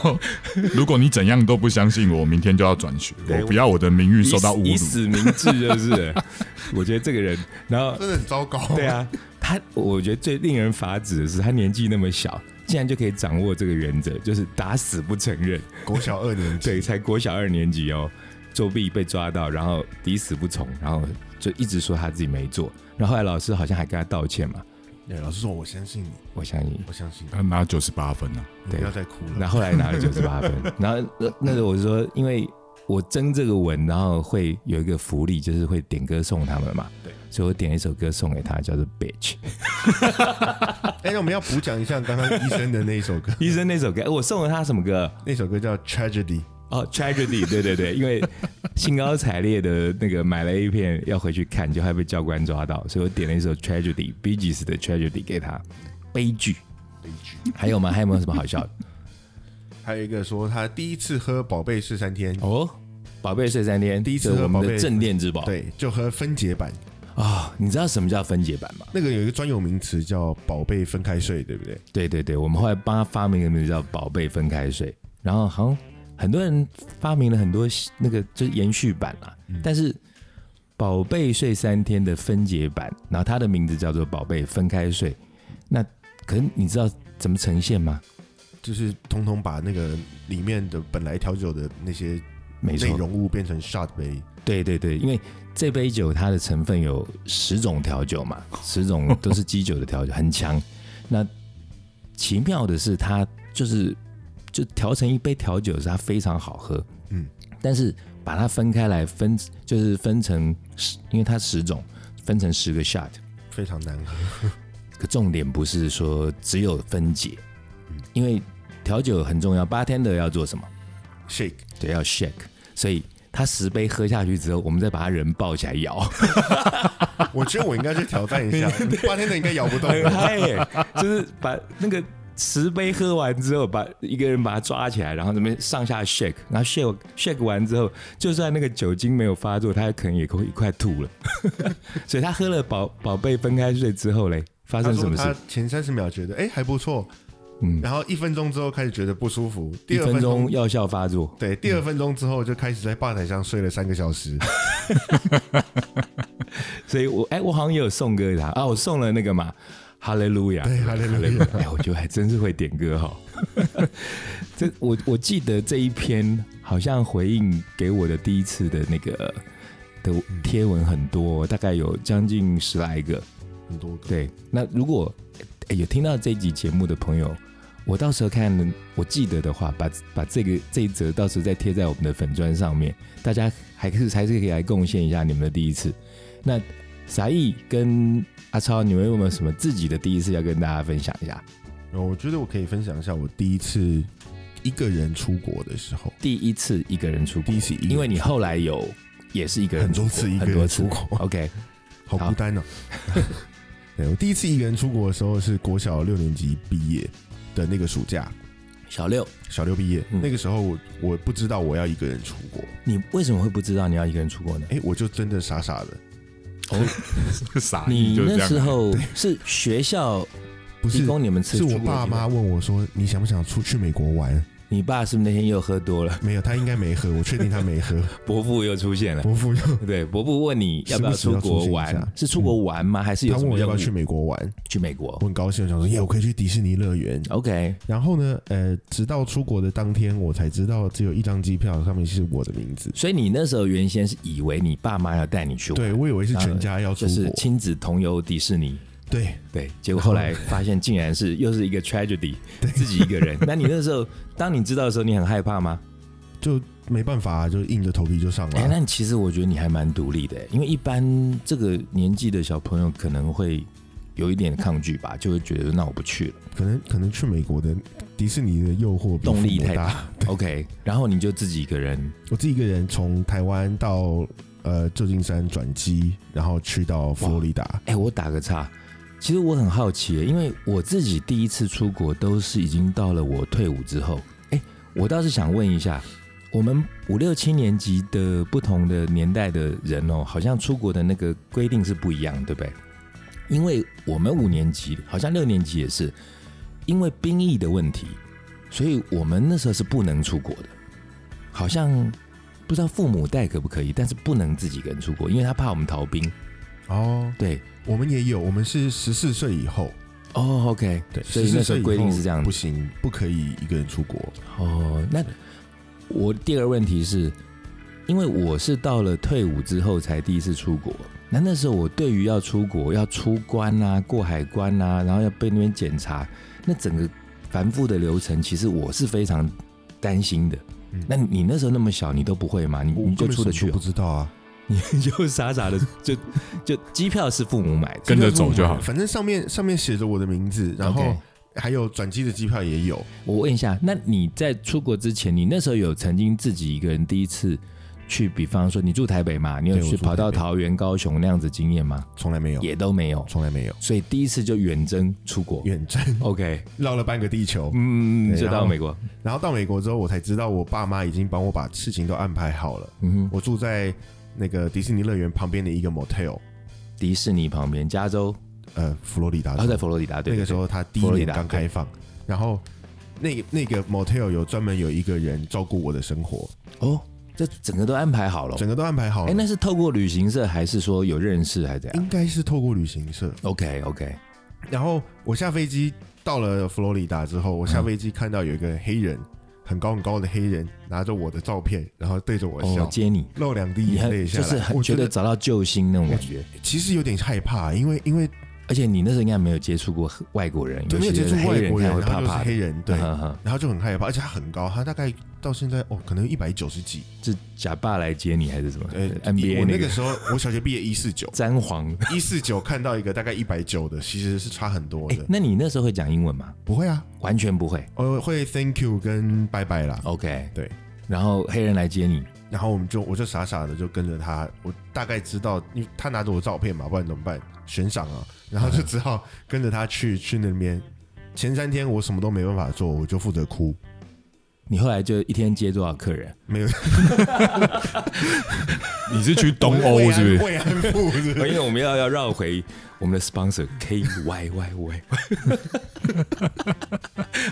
Speaker 2: 如果你怎样都不相信我，明天就要转学，
Speaker 3: 对
Speaker 2: 我不要我的名誉
Speaker 3: 以
Speaker 2: 受到
Speaker 3: 死以
Speaker 2: 侮辱。
Speaker 3: 死明志就是了， 我觉得这个人，然后
Speaker 1: 真的很糟糕。
Speaker 3: 对啊，他我觉得最令人发指的是，他年纪那么小，竟然就可以掌握这个原则，就是打死不承认。
Speaker 1: 国小二年级，
Speaker 3: 对，才国小二年级哦，作弊被抓到，然后抵死不从，然后就一直说他自己没做。然后后来老师好像还跟他道歉嘛，
Speaker 1: 对，哎老师说我相信你，
Speaker 3: 我相信。
Speaker 1: 我相信”你，
Speaker 2: 他拿九十八分啊呢、
Speaker 1: 你
Speaker 3: 对
Speaker 1: 不要再哭了。
Speaker 3: 然后后来拿了九十八分，然后那那时候我说，因为我征这个文，然后会有一个福利，就是会点歌送他们嘛，
Speaker 1: 对，
Speaker 3: 所以我点了一首歌送给他，叫做《Bitch》。
Speaker 1: 哎，那我们要补讲一下刚刚医生的那一 首歌，
Speaker 3: 医生那首歌，哎我送了他什么歌？
Speaker 1: 那首歌叫《Tragedy》。
Speaker 3: 哦，tragedy，对对对，因为兴高采烈的那个买了一片要回去看，就还被教官抓到，所以我点了一首 tragedy，Bee Gees 的 tragedy 给他，悲剧。
Speaker 1: 悲剧，
Speaker 3: 还有吗？还有没有什么好笑的？
Speaker 1: 还有一个说他第一次喝宝贝是三天，
Speaker 3: 哦，宝贝睡三天，
Speaker 1: 第一次
Speaker 3: 这是
Speaker 1: 喝
Speaker 3: 我们
Speaker 1: 宝
Speaker 3: 的
Speaker 1: 贝
Speaker 3: 镇店之宝。
Speaker 1: 对，就喝分解版。
Speaker 3: 啊、你知道什么叫分解版吗？
Speaker 1: 那个有一个专有名词叫“宝贝分开睡”，对不对？
Speaker 3: 对对对，我们后来帮他发明一个名字叫“宝贝分开睡”，然后好像很多人发明了很多那个就是延续版啦，
Speaker 1: 嗯
Speaker 3: 但是“宝贝睡三天”的分解版，然后它的名字叫做“宝贝分开睡”。那可是你知道怎么呈现吗？
Speaker 1: 就是通通把那个里面的本来调酒的那些
Speaker 3: 没
Speaker 1: 内
Speaker 3: 错，
Speaker 1: 容物变成 shot 杯，
Speaker 3: 对对对，因为这杯酒它的成分有十种调酒嘛，十种都是基酒的调酒，很强。那奇妙的是，它就是就调成一杯调酒是它非常好喝，
Speaker 1: 嗯
Speaker 3: 嗯，但是把它分开来分，就是分成十，因为它十种分成十个 shot，
Speaker 1: 非常难 喝。
Speaker 3: 可重点不是说只有分解，因为调酒很重要，bartender 要做什么？
Speaker 1: Shake，
Speaker 3: 对，要 shake，所以。他十杯喝下去之后，我们再把他人抱起来摇，
Speaker 1: 我觉得我应该去挑战一 下，八天的应该咬不动
Speaker 3: 很
Speaker 1: 我。
Speaker 3: 嗨耶！就是把那个十杯喝完之后，把一个人把他抓起来，然后这边上下 shake，然后 shake shake 完之后，就算那个酒精没有发作，他可能也会快吐了。 所以他喝了宝宝贝分开睡之后嘞，发
Speaker 1: 他
Speaker 3: 生什
Speaker 1: 说
Speaker 3: 么
Speaker 1: 他
Speaker 3: 事？
Speaker 1: 前三十秒觉得哎、还不错，
Speaker 3: 嗯
Speaker 1: 然后一分钟之后开始觉得不舒服，
Speaker 3: 一
Speaker 1: 第二
Speaker 3: 分钟药效发作，
Speaker 1: 对，第二分钟之后就开始在吧台上睡了三个小时。
Speaker 3: 所以我哎、我好像也有送歌给他啊，我送了那个嘛。哈利路亚，
Speaker 1: 对哈利路亚
Speaker 3: 亚。哎，我觉得还真是会点歌哈。 这我我记得这一篇好像回应给我的第一次的那个的贴文很多，大概有将近十来个。
Speaker 1: 很多个，
Speaker 3: 对，那如果、哎有听到这一集节目的朋友，我到时候看我记得的话，把把这个这一则到时候再贴在我们的粉砖上面，大家还是还是可以来贡献一下你们的第一次。那傻义跟阿超，你们有没有什么自己的第一次要跟大家分享一下？
Speaker 1: 然后我觉得我可以分享一下我第一次一个人出国的时候，
Speaker 3: 第一次一个人出国
Speaker 1: 第一，次一个人
Speaker 3: 因为你后来有也是一个人
Speaker 1: 很多
Speaker 3: 出
Speaker 1: 次
Speaker 3: 国
Speaker 1: 一个
Speaker 3: 很多
Speaker 1: 人
Speaker 3: 次
Speaker 1: 出国
Speaker 3: OK，
Speaker 1: 好孤单哦。对我第一次一个人出国的时候是国小六年级毕业的那个暑假，
Speaker 3: 小六，
Speaker 1: 小六毕业、
Speaker 3: 嗯
Speaker 1: 那个时候我，我不知道我要一个人出国，
Speaker 3: 你为什么会不知道你要一个人出国呢？
Speaker 1: 哎、我就真的傻傻的，
Speaker 2: 傻逼
Speaker 3: 你
Speaker 2: 就是这
Speaker 3: 那
Speaker 2: 样。
Speaker 3: 时候是学校
Speaker 1: 不
Speaker 3: 提
Speaker 1: 是
Speaker 3: 供你们
Speaker 1: 是
Speaker 3: 吃出
Speaker 1: 我
Speaker 3: 国
Speaker 1: 爸
Speaker 3: 机会
Speaker 1: 妈问我说你想不想出去美国玩？
Speaker 3: 你爸是不是那天又喝多了？
Speaker 1: 没有，他应该没喝，我确定他没喝。
Speaker 3: 伯父又出现了，
Speaker 1: 伯父就
Speaker 3: 对，伯父问你要不
Speaker 1: 时不
Speaker 3: 出
Speaker 1: 时
Speaker 3: 国
Speaker 1: 要出现一
Speaker 3: 玩
Speaker 1: 下，嗯
Speaker 3: 是出国玩吗？还是有
Speaker 1: 他
Speaker 3: 什
Speaker 1: 问
Speaker 3: 么
Speaker 1: 我要不
Speaker 3: 任务
Speaker 1: 要去美国玩，
Speaker 3: 去美国
Speaker 1: 我很高兴，我想说耶，我可以去迪士尼乐园。
Speaker 3: ？OK，
Speaker 1: 然后呢，呃，直到出国的当天，我才知道只有一张机票上面是我的名字。
Speaker 3: 所以你那时候原先是以为你爸妈要带你去玩，
Speaker 1: 对，我以为是全家要出
Speaker 3: 啊就
Speaker 1: 国，
Speaker 3: 是亲子同游迪士尼，
Speaker 1: 对，
Speaker 3: 对，结果后来发现竟然是又是一个 tragedy，自己一 个人。那你那时候当你知道的时候，你很害怕吗？
Speaker 1: 就没办法、啊就硬着头皮就上了。
Speaker 3: 哎、那你其实我觉得你还蛮独立的，因为一般这个年纪的小朋友可能会有一点抗拒吧，就会觉得那我不去了。
Speaker 1: 可能可能去美国的迪士尼的诱惑比
Speaker 3: 动力
Speaker 1: 父母
Speaker 3: 太
Speaker 1: 大。
Speaker 3: OK，然后你就自己一个人，
Speaker 1: 我自己一个人从台湾到呃旧金山转机，然后去到佛罗里达。
Speaker 3: 哎、我打个岔，其实我很好奇耶，因为我自己第一次出国都是已经到了我退伍之后。哎、我倒是想问一下，我们五六七年级的不同的年代的人哦，好像出国的那个规定是不一样，对不对？因为我们五年级，好像六年级也是，因为兵役的问题，所以我们那时候是不能出国的，好像。不知道父母带可不可以，但是不能自己一个人出国，因为他怕我们逃兵。
Speaker 1: 哦，
Speaker 3: 对，
Speaker 1: 我们也有，我们是十四岁以后，
Speaker 3: 哦，OK、o k
Speaker 1: 对，
Speaker 3: 所以那时候
Speaker 1: 14岁以后
Speaker 3: 规定是这样
Speaker 1: 不
Speaker 3: 子。
Speaker 1: 行，不可以一个人出国。
Speaker 3: 哦，那我第二个问题是，因为我是到了退伍之后才第一次出国，那那时候我对于要出国、要出关啊、过海关啊，然后要被那边检查，那整个繁复的流程，其实我是非常担心的。
Speaker 1: 嗯
Speaker 3: 那你那时候那么小，你都不会吗？你
Speaker 1: 我
Speaker 3: 你就
Speaker 1: 根本
Speaker 3: 出得
Speaker 1: 什
Speaker 3: 去
Speaker 1: 么都
Speaker 3: 哦、
Speaker 1: 不知道啊，
Speaker 3: 你 就傻傻的就就机票是父母买的，
Speaker 2: 跟着走
Speaker 3: 哦
Speaker 2: 就好了。
Speaker 1: 反正上面上面写着我的名字，然后
Speaker 3: OK
Speaker 1: 还有转机的机票也有。
Speaker 3: 我问一下，那你在出国之前，你那时候有曾经自己一个人第一次去，比方说你住台北嘛，你有
Speaker 1: 对我
Speaker 3: 去
Speaker 1: 住
Speaker 3: 跑到
Speaker 1: 台北
Speaker 3: 桃园、高雄那样子经验吗？
Speaker 1: 从来没有，
Speaker 3: 也都没有，
Speaker 1: 从来没有
Speaker 3: 所以第一次就远征出国。
Speaker 1: 远征，
Speaker 3: OK，
Speaker 1: 绕了半个地球。
Speaker 3: 嗯，
Speaker 1: 对
Speaker 3: 就
Speaker 1: 然
Speaker 3: 到
Speaker 1: 后
Speaker 3: 美国，
Speaker 1: 然后到美国之后，我才知道我爸妈已经帮我把事情都安排好了。
Speaker 3: 嗯哼，
Speaker 1: 我住在那个迪士尼乐园旁边的一个 motel，
Speaker 3: 迪士尼旁边，加州，
Speaker 1: 呃，佛罗里达
Speaker 3: 然
Speaker 1: 州。
Speaker 3: 哦后在佛罗里达，对，
Speaker 1: 那个
Speaker 3: 对
Speaker 1: 时，候它第一
Speaker 3: 佛罗里
Speaker 1: 年
Speaker 3: 达
Speaker 1: 刚
Speaker 3: 对
Speaker 1: 开放，然后那个那个 motel 有专门有一个人照顾我的生活，
Speaker 3: 对哦，这整个都安排好了。
Speaker 1: 整个都安排好
Speaker 3: 哎，
Speaker 1: 了。
Speaker 3: 那是透过旅行社，还是说有认识，还是怎样
Speaker 1: 应该是透过旅行社。
Speaker 3: ？OK OK，
Speaker 1: 然后我下飞机到了佛罗里达之后，我下飞机看到有一个黑人，很高很高的黑人，拿着我的照片，然后对着我
Speaker 3: 哦，
Speaker 1: 笑，
Speaker 3: 我接你，
Speaker 1: 露两滴
Speaker 3: 你
Speaker 1: 眼
Speaker 3: 很
Speaker 1: 泪下
Speaker 3: 就
Speaker 1: 来。
Speaker 3: 是很
Speaker 1: 我
Speaker 3: 觉
Speaker 1: 觉
Speaker 3: 得找到救星那种感觉。
Speaker 1: 其实有点害怕，因为因为
Speaker 3: 而且你那时候应该没有接触过外国人，
Speaker 1: 对没有
Speaker 3: 些
Speaker 1: 接触
Speaker 3: 黑
Speaker 1: 外
Speaker 3: 人
Speaker 1: 国
Speaker 3: 看
Speaker 1: 人，
Speaker 3: 会
Speaker 1: 然
Speaker 3: 怕
Speaker 1: 后就是
Speaker 3: 怕的。嗯
Speaker 1: 黑人，对，
Speaker 3: 呵呵
Speaker 1: 然后就很害怕，而且他很高，他大概到现在哦，可能一百九十几。
Speaker 3: 是假爸来接你还是什么
Speaker 1: 呃
Speaker 3: ？NBA
Speaker 1: 我
Speaker 3: 那
Speaker 1: 那
Speaker 3: 个
Speaker 1: 个时候我小学毕业一四九，
Speaker 3: 詹皇。
Speaker 1: 一四九看到一个大概一百九的，其实是差很多
Speaker 3: 哎
Speaker 1: 的。，
Speaker 3: 那你那时候会讲英文吗？
Speaker 1: 不会啊，
Speaker 3: 完全不会。
Speaker 1: 呃，会 thank you 跟拜拜啦。
Speaker 3: OK，
Speaker 1: 对。
Speaker 3: 然后黑人来接你，
Speaker 1: 然后我们就我就傻傻的就跟着他，我大概知道，因为他拿着我照片嘛，不然怎么办？悬赏啊，然后就只好跟着他去去那边。前三天我什么都没办法做，我就负责哭。
Speaker 3: 你后来就一天接多少 客人？
Speaker 1: 没有
Speaker 2: 你是去东 欧是不是？
Speaker 1: 慰安慰安妇是不
Speaker 3: 因
Speaker 1: 是？
Speaker 3: 为哎我们要要绕回我们的 sponsor K Y Y Y。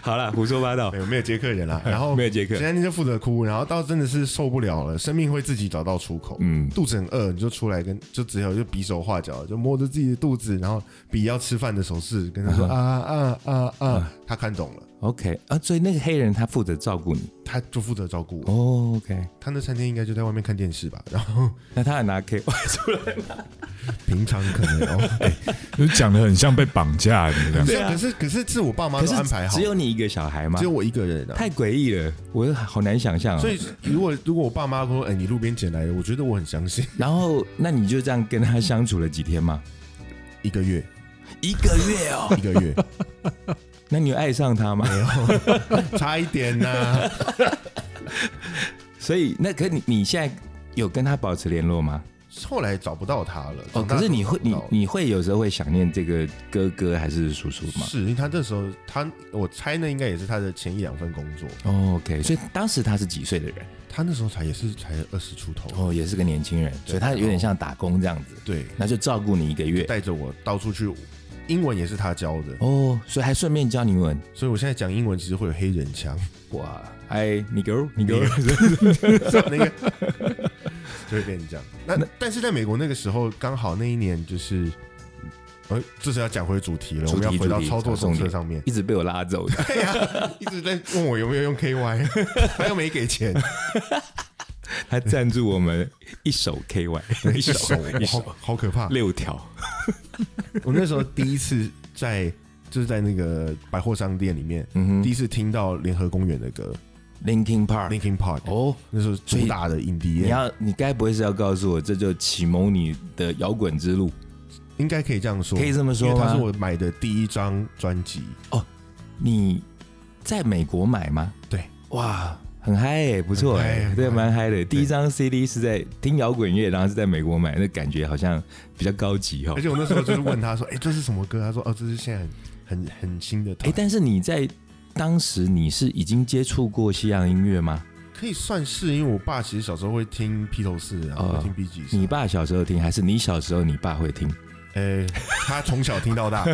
Speaker 3: 好了，胡说八道
Speaker 1: 没。有没有接客 人啦，然后
Speaker 3: 没有接客
Speaker 1: 现在你就负责哭，然后到真的是受不了了，生命会自己找到出口。嗯，肚子很饿，你就出来跟就只有就比手画脚，就摸着自己的肚子，然后比要吃饭的手势，跟他说啊啊啊啊，他看懂了，
Speaker 3: OK 啊，所以那个黑人他负责照顾你。
Speaker 1: 他就负责照顾我。
Speaker 3: 哦 OK，
Speaker 1: 他那餐厅应该就在外面看电视吧，然后
Speaker 3: 那他还拿 K Y 出来。
Speaker 1: 平常可能哦， 哎
Speaker 2: 就讲的很像被绑架你这样。
Speaker 1: 是啊可是可是是我爸妈
Speaker 3: 可
Speaker 1: 都
Speaker 3: 是
Speaker 1: 安排好，
Speaker 3: 只有你一个小孩吗
Speaker 1: 只？有我一个人啊。
Speaker 3: 太诡异了，我好难想象、哦。
Speaker 1: 所以如果如果我爸妈说，哎，你路边捡来的，我觉得我很相信。
Speaker 3: 然后那你就这样跟他相处了几天吗？
Speaker 1: 一个月，
Speaker 3: 一个月哦。
Speaker 1: 一个月，
Speaker 3: 那你有爱上他吗？
Speaker 1: 差一点呐、
Speaker 3: 所以那可你你现在有跟他保持联络吗？
Speaker 1: 后来找不到他了。
Speaker 3: 哦，
Speaker 1: 长大
Speaker 3: 可是你会
Speaker 1: 找不
Speaker 3: 你
Speaker 1: 到了
Speaker 3: 你会有时候会想念这个哥哥还是叔叔吗？
Speaker 1: 是因为他那时候他，我猜那应该也是他的前一两份工作。
Speaker 3: 哦，OK，所以当时他是几岁的人？
Speaker 1: 他那时候才也是才二十出头，
Speaker 3: 哦，也是个年轻人，所以他有点像打工这样子，
Speaker 1: 对，
Speaker 3: 那就照顾你一个月。
Speaker 1: 带着我到处去，英文也是他教的，
Speaker 3: 哦，所以还顺便教你英文。
Speaker 1: 所以我现在讲英文其实会有黑人 腔。
Speaker 3: 哇，哎，你给我，你 给我，
Speaker 1: 那个就会变成这样。那但是在美国那个时候，刚好那一年就是，呃，这是要讲回主题了，
Speaker 3: 主
Speaker 1: 我
Speaker 3: 题
Speaker 1: 们要回到
Speaker 3: 主题
Speaker 1: 操作手
Speaker 3: 重
Speaker 1: 册
Speaker 3: 点
Speaker 1: 上面。
Speaker 3: 一直被我拉走的。
Speaker 1: 对呀、一直在问我有没有用 KY，他又没给 钱，
Speaker 3: 他赞助我们一手 KY，一手一
Speaker 1: 好
Speaker 3: 手
Speaker 1: 好可怕。
Speaker 3: 六条，
Speaker 1: 我那时候第一次在就是在那个百货商店里面，
Speaker 3: 嗯
Speaker 1: 第一次听到联合公园的歌
Speaker 3: Linkin Park。
Speaker 1: 嗯 Linkin Park，
Speaker 3: 哦，
Speaker 1: 那时候主打的影
Speaker 3: 你
Speaker 1: 迪，
Speaker 3: 要，你该不会是要告诉我，这就启蒙你的摇滚之路？
Speaker 1: 应该可以这样说，
Speaker 3: 可以这么说
Speaker 1: 因为它
Speaker 3: 吗哦
Speaker 1: 是我买的第一张专辑，
Speaker 3: 你在美国买吗？
Speaker 1: 对，
Speaker 3: 哇，很嗨耶、不错
Speaker 1: 很嗨
Speaker 3: 哎、
Speaker 1: 很嗨
Speaker 3: 对，蛮嗨的。第一张 CD 是在听摇滚乐，然后是在美国买，那感觉好像比较高级哦
Speaker 1: 而。且我那时候哎就是问他说：“哎、这是什么歌？”他说：“哦，这是现在很很很新的
Speaker 3: 哎、
Speaker 1: 团。
Speaker 3: 但是你在当时你是已经接触过西洋音乐吗？
Speaker 1: 可以算是，因为我爸其实小时候会听披头士，然后会听 B G
Speaker 3: 哦你爸小时候听，还是你小时候你爸会听？
Speaker 1: 呃，他从小听到 大，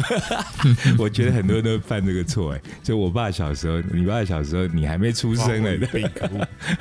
Speaker 3: 我觉得很多人都犯这个错哎、就我爸小时候，你爸小时候你还没出生呢、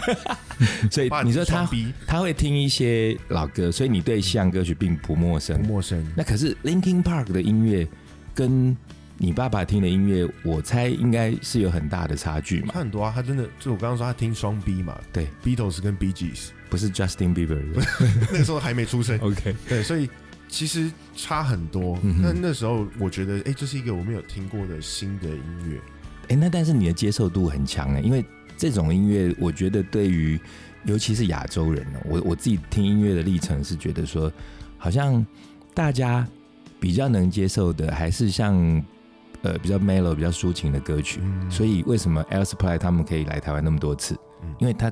Speaker 3: 所以
Speaker 1: 爸
Speaker 3: 你说他
Speaker 1: 双逼
Speaker 3: 他会听一些老歌，所以你对西洋歌曲并不陌
Speaker 1: 不
Speaker 3: 生。
Speaker 1: 陌生。
Speaker 3: 那可是 Linkin Park 的音乐跟你爸爸听的音乐，我猜应该是有很大的差距嘛
Speaker 1: 他。很多啊，他真的就我刚刚说他听双 B 嘛，
Speaker 3: 对，
Speaker 1: ，Beatles 跟 B G S，
Speaker 3: 不是 Justin Bieber 的。
Speaker 1: 那时候还没出生，
Speaker 3: OK，
Speaker 1: 对，所以其实差很多。
Speaker 3: 嗯哼
Speaker 1: 那、那时候我觉得，哎、这是一个我没有听过的新的音乐，
Speaker 3: 哎、那但是你的接受度很强哎、因为这种音乐，我觉得对于尤其是亚洲人呢，我我自己听音乐的历程是觉得说，好像大家比较能接受的还是像呃比较 mellow、比较抒情的歌曲。
Speaker 1: 嗯，
Speaker 3: 所以为什么 Air Supply 他们可以来台湾那么多次？
Speaker 1: 嗯
Speaker 3: 因为他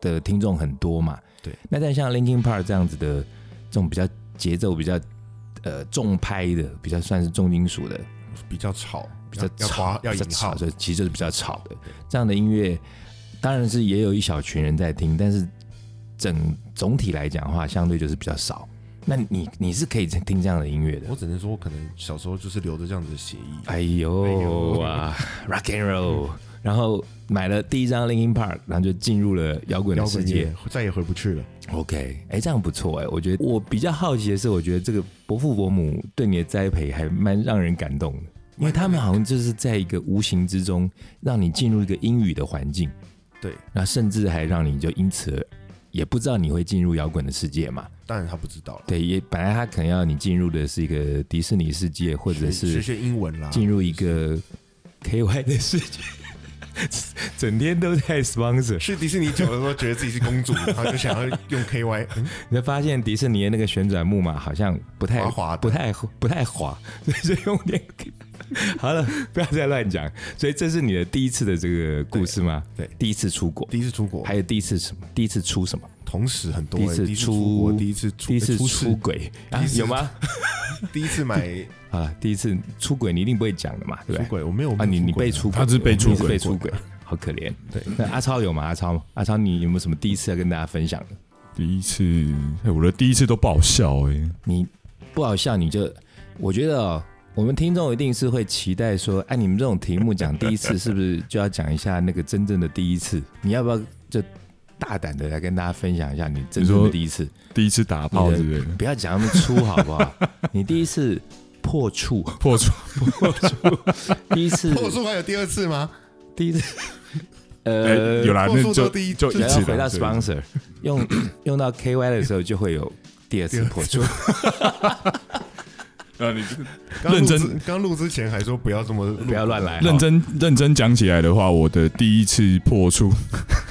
Speaker 3: 的听众很多嘛。
Speaker 1: 对。
Speaker 3: 那但像 Linkin Park 这样子的这种比较节奏比较呃重拍的，比较算是重金属的，
Speaker 1: 比较吵，
Speaker 3: 比较
Speaker 1: 要要
Speaker 3: 吵
Speaker 1: 花，要
Speaker 3: 比较
Speaker 1: 引
Speaker 3: 吵，
Speaker 1: 号，
Speaker 3: 所以其实就是比较吵的这样的音乐，当然是也有一小群人在听，但是整总体来讲的话，相对就是比较少。那你你是可以听这样的音乐的
Speaker 1: 我。只能说，我可能小时候就是留着这样子的协议。
Speaker 3: 哎呦啊，rock and roll，然后买了第一张 Linkin Park，然后就进入了摇滚的
Speaker 1: 摇
Speaker 3: 世
Speaker 1: 滚
Speaker 3: 界
Speaker 1: 乐。再也回不去了。
Speaker 3: OK，哎，这样不错哎，我觉得我比较好奇的是，我觉得这个伯父伯母对你的栽培还蛮让人感动的，因为他们好像就是在一个无形之中让你进入一个英语的环境，
Speaker 1: 对，
Speaker 3: 那甚至还让你就因此也不知道你会进入摇滚的世界嘛。
Speaker 1: 当然他不知道了，
Speaker 3: 对，也本来他可能要你进入的是一个迪士尼世界，或者
Speaker 1: 学
Speaker 3: 是
Speaker 1: 学英文啦，
Speaker 3: 进入一个 KY 的世界， 整天都在 sponsor。
Speaker 1: 去迪士尼久了之后，觉得自己是公主， 然后就想要用 KY，嗯
Speaker 3: 你就发现迪士尼的那个旋转木马好像不太
Speaker 1: 滑滑的
Speaker 3: 不太不太滑， 所以就用点。 好了，不要再乱讲。所以这是你的第一次的这个故事吗？
Speaker 1: 对对
Speaker 3: 第一次出国，
Speaker 1: 第一次出国，
Speaker 3: 还有第一次什么？第一次出什么？
Speaker 1: 同时很多
Speaker 3: 第一
Speaker 1: 欸，
Speaker 3: 次
Speaker 1: 第一次出
Speaker 3: 出
Speaker 1: 国，第一次出
Speaker 3: 第一次
Speaker 1: 欸出
Speaker 3: 出
Speaker 1: 事，
Speaker 3: 轨啊
Speaker 1: 第一？次
Speaker 3: 有吗？
Speaker 1: 第一次买
Speaker 3: 啊，第一次出轨你一定不会讲的嘛，对不
Speaker 1: 出
Speaker 3: 对？
Speaker 1: 轨，我没有
Speaker 3: 啊，你你被
Speaker 1: 出
Speaker 3: 出轨
Speaker 2: 他是被出轨
Speaker 3: 你是被出轨。好可怜。对，那阿超有吗？阿超，阿超，你有没有什么第一次要跟大家分享的？
Speaker 2: 第一次，哎我的第一次都不好笑哎、
Speaker 3: 你不好笑，你就我觉得、哦、我们听众一定是会期待说，哎、你们这种题目讲第一次，是不是就要讲一下那个真正的第一次？你要不要就大胆的来跟大家分享一下你真
Speaker 2: 你
Speaker 3: 正
Speaker 2: 说
Speaker 3: 的第一次？
Speaker 2: 第一次打
Speaker 3: 你
Speaker 2: 炮
Speaker 3: 的
Speaker 2: 之类的，
Speaker 3: 不要讲那么粗好不好？你第一次破处，
Speaker 2: 破处
Speaker 3: 第一次，
Speaker 1: 破处还有第二次吗？
Speaker 3: 第一次，
Speaker 2: 哎、
Speaker 3: 呃，
Speaker 2: 有啦，
Speaker 1: 破
Speaker 2: 那
Speaker 1: 处
Speaker 2: 就
Speaker 1: 都第一
Speaker 2: 就
Speaker 1: 就
Speaker 2: 一
Speaker 3: 然后
Speaker 2: 次
Speaker 3: 回到
Speaker 2: 啦对
Speaker 3: sponsor，用用到 KY 的时候就会有第二次 破 处。
Speaker 2: 呃，你
Speaker 1: 刚录
Speaker 2: 认真
Speaker 1: 之刚录之前还说不要这么录
Speaker 3: 不要乱来，
Speaker 2: 认。真认真讲起来的话，我的第一次破处，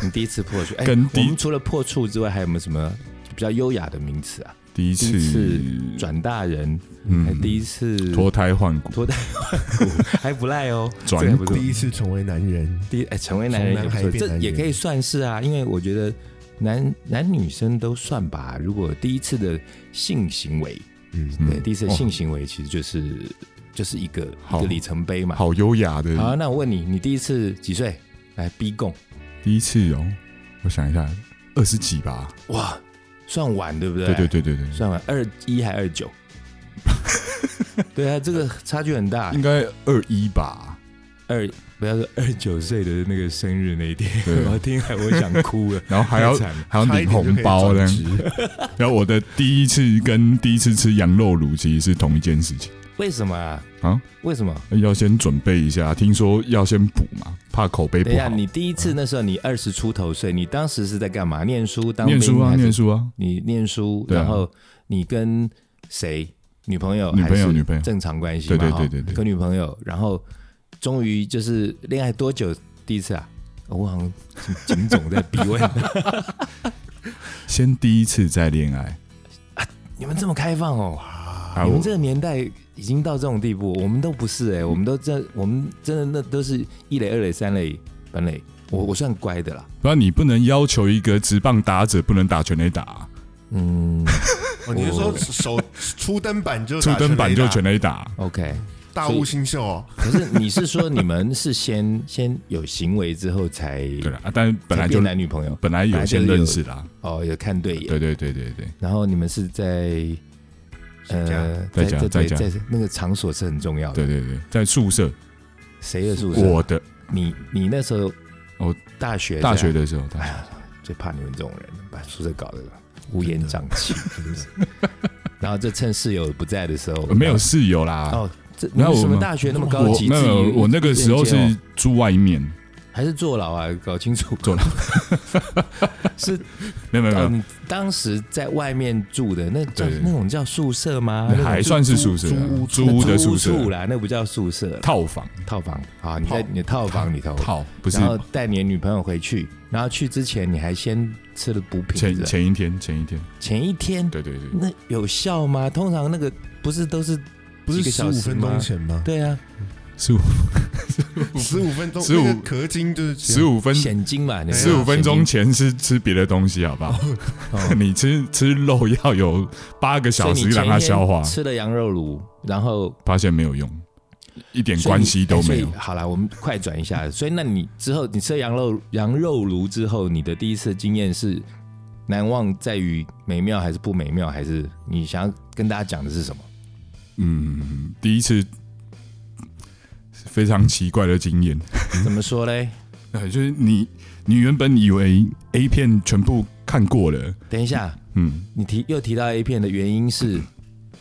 Speaker 3: 你第一次破处，哎、
Speaker 2: 跟
Speaker 3: 我
Speaker 2: 第
Speaker 3: 们除了破处之外，还有没有什么比较优雅的名词啊？
Speaker 2: 第一
Speaker 3: 第
Speaker 2: 次嗯
Speaker 3: 一次转大人，还第一次
Speaker 2: 脱胎换骨，
Speaker 3: 脱胎换骨，还不赖哦，
Speaker 2: 转
Speaker 3: 这个还不错。
Speaker 1: 第一次成为男人，
Speaker 3: 第一哎，成为男人也不
Speaker 1: 从
Speaker 3: 错，
Speaker 1: 男孩变
Speaker 3: 这
Speaker 1: 男人
Speaker 3: 也可以算是啊，因为我觉得男男女生都算吧。如果第一次的性行为，
Speaker 1: 嗯，
Speaker 2: 嗯
Speaker 3: 对，第一次的性行为其实就是就是一个
Speaker 2: 好
Speaker 3: 一个里程碑嘛。
Speaker 2: 好优雅的。
Speaker 3: 好，那我问你，你第一次几岁？来逼供，
Speaker 2: 第一次哦，我想一下，二十几吧？
Speaker 3: 哇，算晚对不对？
Speaker 2: 对对对对对，
Speaker 3: 算完二一还二九？ 对啊，这个差距很大
Speaker 2: 应。该二一吧？
Speaker 3: 二不要说二九岁的那个生日那一天，
Speaker 2: 对。
Speaker 3: 我听来我想哭 了
Speaker 2: 然后还要
Speaker 3: 太惨了
Speaker 2: 还要领红包
Speaker 1: 呢。
Speaker 2: 这样。 然后我的第一次跟第一次吃羊肉炉其实是同一件事情，
Speaker 3: 为什么啊？
Speaker 2: 啊
Speaker 3: 为什么？
Speaker 2: 要先准备一下，听说要先补嘛，怕口碑
Speaker 3: 等一
Speaker 2: 不
Speaker 3: 下，
Speaker 2: 好。
Speaker 3: 你第一次那时候你二十出头岁，你当时是在干嘛？念书、当兵
Speaker 2: 念书啊，
Speaker 3: 还是
Speaker 2: 念书啊，
Speaker 3: 你念书，
Speaker 2: 对啊
Speaker 3: 然后你跟谁？女朋友？
Speaker 2: 女朋友
Speaker 3: 还是
Speaker 2: 女朋友
Speaker 3: 正常关系嘛？
Speaker 2: 对对
Speaker 3: 哈
Speaker 2: 对对对
Speaker 3: 跟女朋友，然后终于就是恋爱多久第一次啊？哦我好像景总在逼问，
Speaker 2: 先第一次再恋爱。
Speaker 3: 你们这么开放哦，
Speaker 2: 啊
Speaker 3: 你们
Speaker 2: 我
Speaker 3: 这个年代已经到这种地步，我们都不是哎、我们都这，我们真的那都是一垒、二垒、三垒、本垒，我我算乖的啦，
Speaker 2: 不然你不能要求一个直棒打者不能打全垒打啊、
Speaker 3: 嗯
Speaker 1: 哦，你是说手出登板就
Speaker 2: 出
Speaker 1: 打
Speaker 2: 登板就
Speaker 1: 全
Speaker 2: 全
Speaker 1: 垒
Speaker 2: 垒打，
Speaker 3: ，OK。
Speaker 1: 打大
Speaker 3: 所以
Speaker 1: 物新秀哦，
Speaker 3: 可是你是说你们是先先有行为之后才
Speaker 2: 对了、啊，但是本
Speaker 3: 才
Speaker 2: 来就
Speaker 3: 变男女朋友
Speaker 2: 本来有先认识啦，
Speaker 3: 哦，有看对眼，
Speaker 2: 对对对对对，
Speaker 3: 然后你们是在呃
Speaker 2: 在家
Speaker 3: 在
Speaker 2: 在家
Speaker 3: 在在那个场所是很重要的
Speaker 2: 对，对对，在宿舍，
Speaker 3: 谁的宿舍？
Speaker 2: 我的
Speaker 3: 你你那时候
Speaker 2: 哦
Speaker 3: 大学
Speaker 2: 大学
Speaker 3: 的，
Speaker 2: 的时候，大
Speaker 3: 哎
Speaker 2: 学
Speaker 3: 呀，最怕你们这种人把宿舍搞得乌烟瘴 气，真的。然后这趁室友不在的时候
Speaker 2: 呃，没有室友啦，
Speaker 3: 哦，这你
Speaker 2: 然后我
Speaker 3: 们什么
Speaker 2: 们
Speaker 3: 大学那么高
Speaker 2: 我
Speaker 3: 级？
Speaker 2: 那
Speaker 3: 自己
Speaker 2: 个我那个时候
Speaker 3: 自己研
Speaker 2: 是
Speaker 3: 究
Speaker 2: 住外面，
Speaker 3: 还是坐牢啊？搞清楚，
Speaker 2: 坐牢
Speaker 3: 是
Speaker 2: 没有没有没
Speaker 3: 哦，
Speaker 2: 有，
Speaker 3: 你当时在外面住的那叫
Speaker 2: 对
Speaker 3: 那种叫宿舍吗？那
Speaker 2: 那
Speaker 3: 种
Speaker 2: 还
Speaker 3: 住
Speaker 2: 算是宿舍啊，
Speaker 3: 租
Speaker 2: 租屋的宿
Speaker 3: 那租屋处
Speaker 2: 舍，
Speaker 3: 啦，那不叫宿舍，
Speaker 2: 套房
Speaker 3: 套房啊！你在你的套房里头，
Speaker 2: 套不是
Speaker 3: 然后带你的女朋友回去，然后去之前你还先吃了补品，是
Speaker 2: 前
Speaker 3: 吧
Speaker 2: 前一天前一天，
Speaker 3: 前一天
Speaker 2: 对对对，
Speaker 3: 那有效吗？通常那个不是都是
Speaker 1: 不是
Speaker 3: 几
Speaker 1: 十
Speaker 3: 个小
Speaker 1: 五
Speaker 3: 时
Speaker 1: 分
Speaker 3: 吗
Speaker 1: 钟前吗？
Speaker 3: 对啊，
Speaker 2: 十五
Speaker 1: 十五分钟，
Speaker 2: 15
Speaker 1: 那个壳筋就是
Speaker 2: 十五分哎
Speaker 3: 现金嘛，你们
Speaker 2: 十五分
Speaker 3: 现
Speaker 2: 钟
Speaker 3: 金
Speaker 2: 前吃吃别的东西，好不好？
Speaker 3: 哦
Speaker 2: 你吃吃肉要有八个小时让它消
Speaker 3: 所以你前一
Speaker 2: 化
Speaker 3: 天，吃了羊肉炉，然后
Speaker 2: 发现没有用，一点
Speaker 3: 所以你哎
Speaker 2: 关系都
Speaker 3: 所
Speaker 2: 没
Speaker 3: 以
Speaker 2: 有。
Speaker 3: 好啦，我们快转 一下。所以，那你之后你吃了羊肉羊肉炉之后，你的第一次经验是难忘在于美妙还是不美妙，还是你想要跟大家讲的是什么？
Speaker 2: 嗯，第一次非常奇怪的经验，
Speaker 3: 怎么说嘞？
Speaker 2: 对，哎就是你你原本以为 A 片全部看过了，
Speaker 3: 等一下，
Speaker 2: 嗯，
Speaker 3: 你提又提到 A 片的原因是，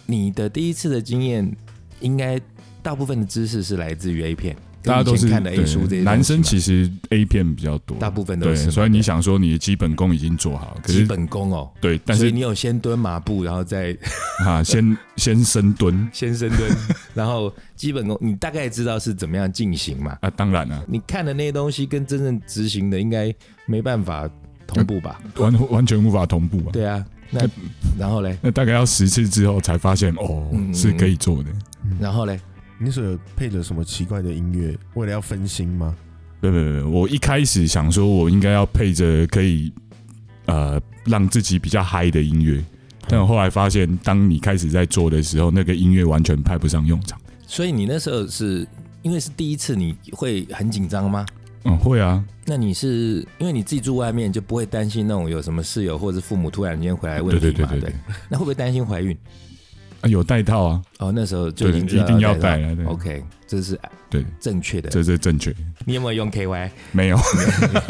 Speaker 3: 你的第一次的经验应该大部分的知识是来自于 A 片，跟
Speaker 2: 大家
Speaker 3: 以前
Speaker 2: 都是
Speaker 3: 看的 A
Speaker 2: 对
Speaker 3: 书这些
Speaker 2: 男生
Speaker 3: 实
Speaker 2: 其实 A 片比较多，
Speaker 3: 大部分都
Speaker 2: 对，
Speaker 3: 是嘛，
Speaker 2: 所以你想说你的基本功已经做好，可
Speaker 3: 基
Speaker 2: 是
Speaker 3: 本功哦。
Speaker 2: 对，但
Speaker 3: 所以
Speaker 2: 是
Speaker 3: 你有先蹲马步，然后再
Speaker 2: 啊，先先深蹲
Speaker 3: 先深 蹲，然后基本功你大概知道是怎么样进行嘛？
Speaker 2: 啊，当然啊，
Speaker 3: 你看的那些东西跟真正执行的应该没办法同步吧？
Speaker 2: 完完全无法同步啊。
Speaker 3: 对啊，那然后嘞，
Speaker 2: 那大概要十次之后才发现，哦，
Speaker 3: 嗯
Speaker 2: 是可以做的。
Speaker 3: 然后嘞，
Speaker 1: 你那时候有配着什么奇怪的音乐，为了要分心吗？
Speaker 2: 对对对，我一开始想说，我应该要配着可以呃让自己比较嗨的音乐，但我后来发现，当你开始在做的时候，那个音乐完全派不上用场。
Speaker 3: 哦所以你那时候是因为是第一次，你会很紧张吗？
Speaker 2: 嗯，会啊，
Speaker 3: 那你是因为你自己住外面，就不会担心那种有什么室友或者父母突然间回来问
Speaker 2: 对
Speaker 3: 题
Speaker 2: 对
Speaker 3: 嘛？
Speaker 2: 对对对，
Speaker 3: 那会不会担心怀孕？
Speaker 2: 啊有带套啊，
Speaker 3: 哦，那时候就已
Speaker 2: 对，
Speaker 3: 经
Speaker 2: 一
Speaker 3: 知道
Speaker 2: 定要
Speaker 3: 带
Speaker 2: 带
Speaker 3: 套
Speaker 2: 啊，对
Speaker 3: OK，这是呃
Speaker 2: 对，
Speaker 3: 正确的。
Speaker 2: 这是正确，
Speaker 3: 你有没有用 KY？
Speaker 2: 没 有，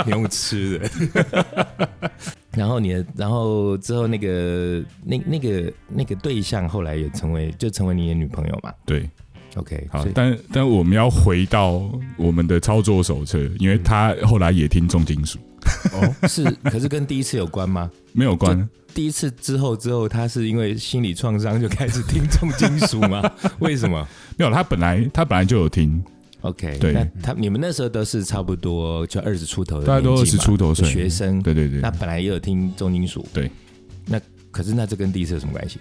Speaker 3: 你用吃的。 然后你的，然后之后那个那那个那个对象后来也成为就成为你的女朋友嘛
Speaker 2: 对，
Speaker 3: ？OK，
Speaker 2: 好
Speaker 3: 所以，
Speaker 2: 但但我们要回到我们的操作手册，因为他后来也听重金属，哦
Speaker 3: 是可是跟第一次有关吗？
Speaker 2: 没有关，
Speaker 3: 第一次之后之后，他是因为心理创伤就开始听重金属吗？为什么
Speaker 2: 没有，他本来他本来就有听，
Speaker 3: ？OK，
Speaker 2: 对
Speaker 3: 那他你们那时候都是差不多就二十出头的年纪
Speaker 2: 大
Speaker 3: 嘛，
Speaker 2: 概都20出头岁
Speaker 3: 学生，
Speaker 2: 对对对，
Speaker 3: 那本来也有听重金属，
Speaker 2: 对。
Speaker 3: 那可是那这跟第一次有什么关系？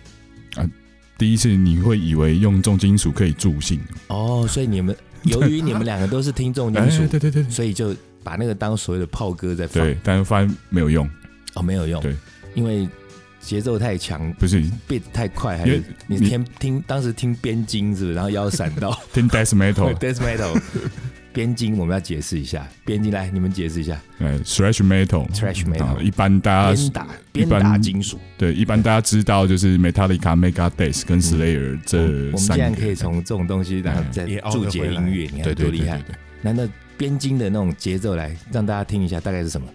Speaker 2: 第一次你会以为用重金属可以助兴，
Speaker 3: 哦，所以你们由于你们两个都是听重金
Speaker 2: 哎，
Speaker 3: 属，
Speaker 2: 对对对
Speaker 3: 所以就把那个当所谓的炮歌在放
Speaker 2: 对，但是发现没有用，
Speaker 3: 哦，没有用，
Speaker 2: 对，
Speaker 3: 因为节奏太强
Speaker 2: 不是
Speaker 3: ，beat 太快，还
Speaker 2: 因
Speaker 3: 是
Speaker 2: 为
Speaker 3: 你
Speaker 2: 你
Speaker 3: 听听当时听边境是不是？然后腰闪 到
Speaker 2: 听 death metal，
Speaker 3: death metal 边境，我们要解释一下边境，来你们解释一下
Speaker 2: 呃，thrash metal。
Speaker 3: trash
Speaker 2: 啊，
Speaker 3: metal
Speaker 2: 一般大
Speaker 3: 边
Speaker 2: 家
Speaker 3: 打
Speaker 2: 一
Speaker 3: 边
Speaker 2: 般
Speaker 3: 打金属，
Speaker 2: 对一般大家知道就是 Metallica、Megadeth 跟 Slayer
Speaker 3: 我
Speaker 2: 这
Speaker 3: 我们
Speaker 2: 三
Speaker 3: 竟
Speaker 2: 个，
Speaker 3: 然可以从这种东西然后再
Speaker 1: 也熬得
Speaker 3: 注解
Speaker 1: 回来
Speaker 3: 音乐，你
Speaker 2: 对
Speaker 3: 看
Speaker 2: 对
Speaker 3: 多
Speaker 2: 对
Speaker 3: 厉
Speaker 2: 对
Speaker 3: 害
Speaker 2: 对。
Speaker 3: 那那边境的那种节奏来让大家听一下，大概是什么？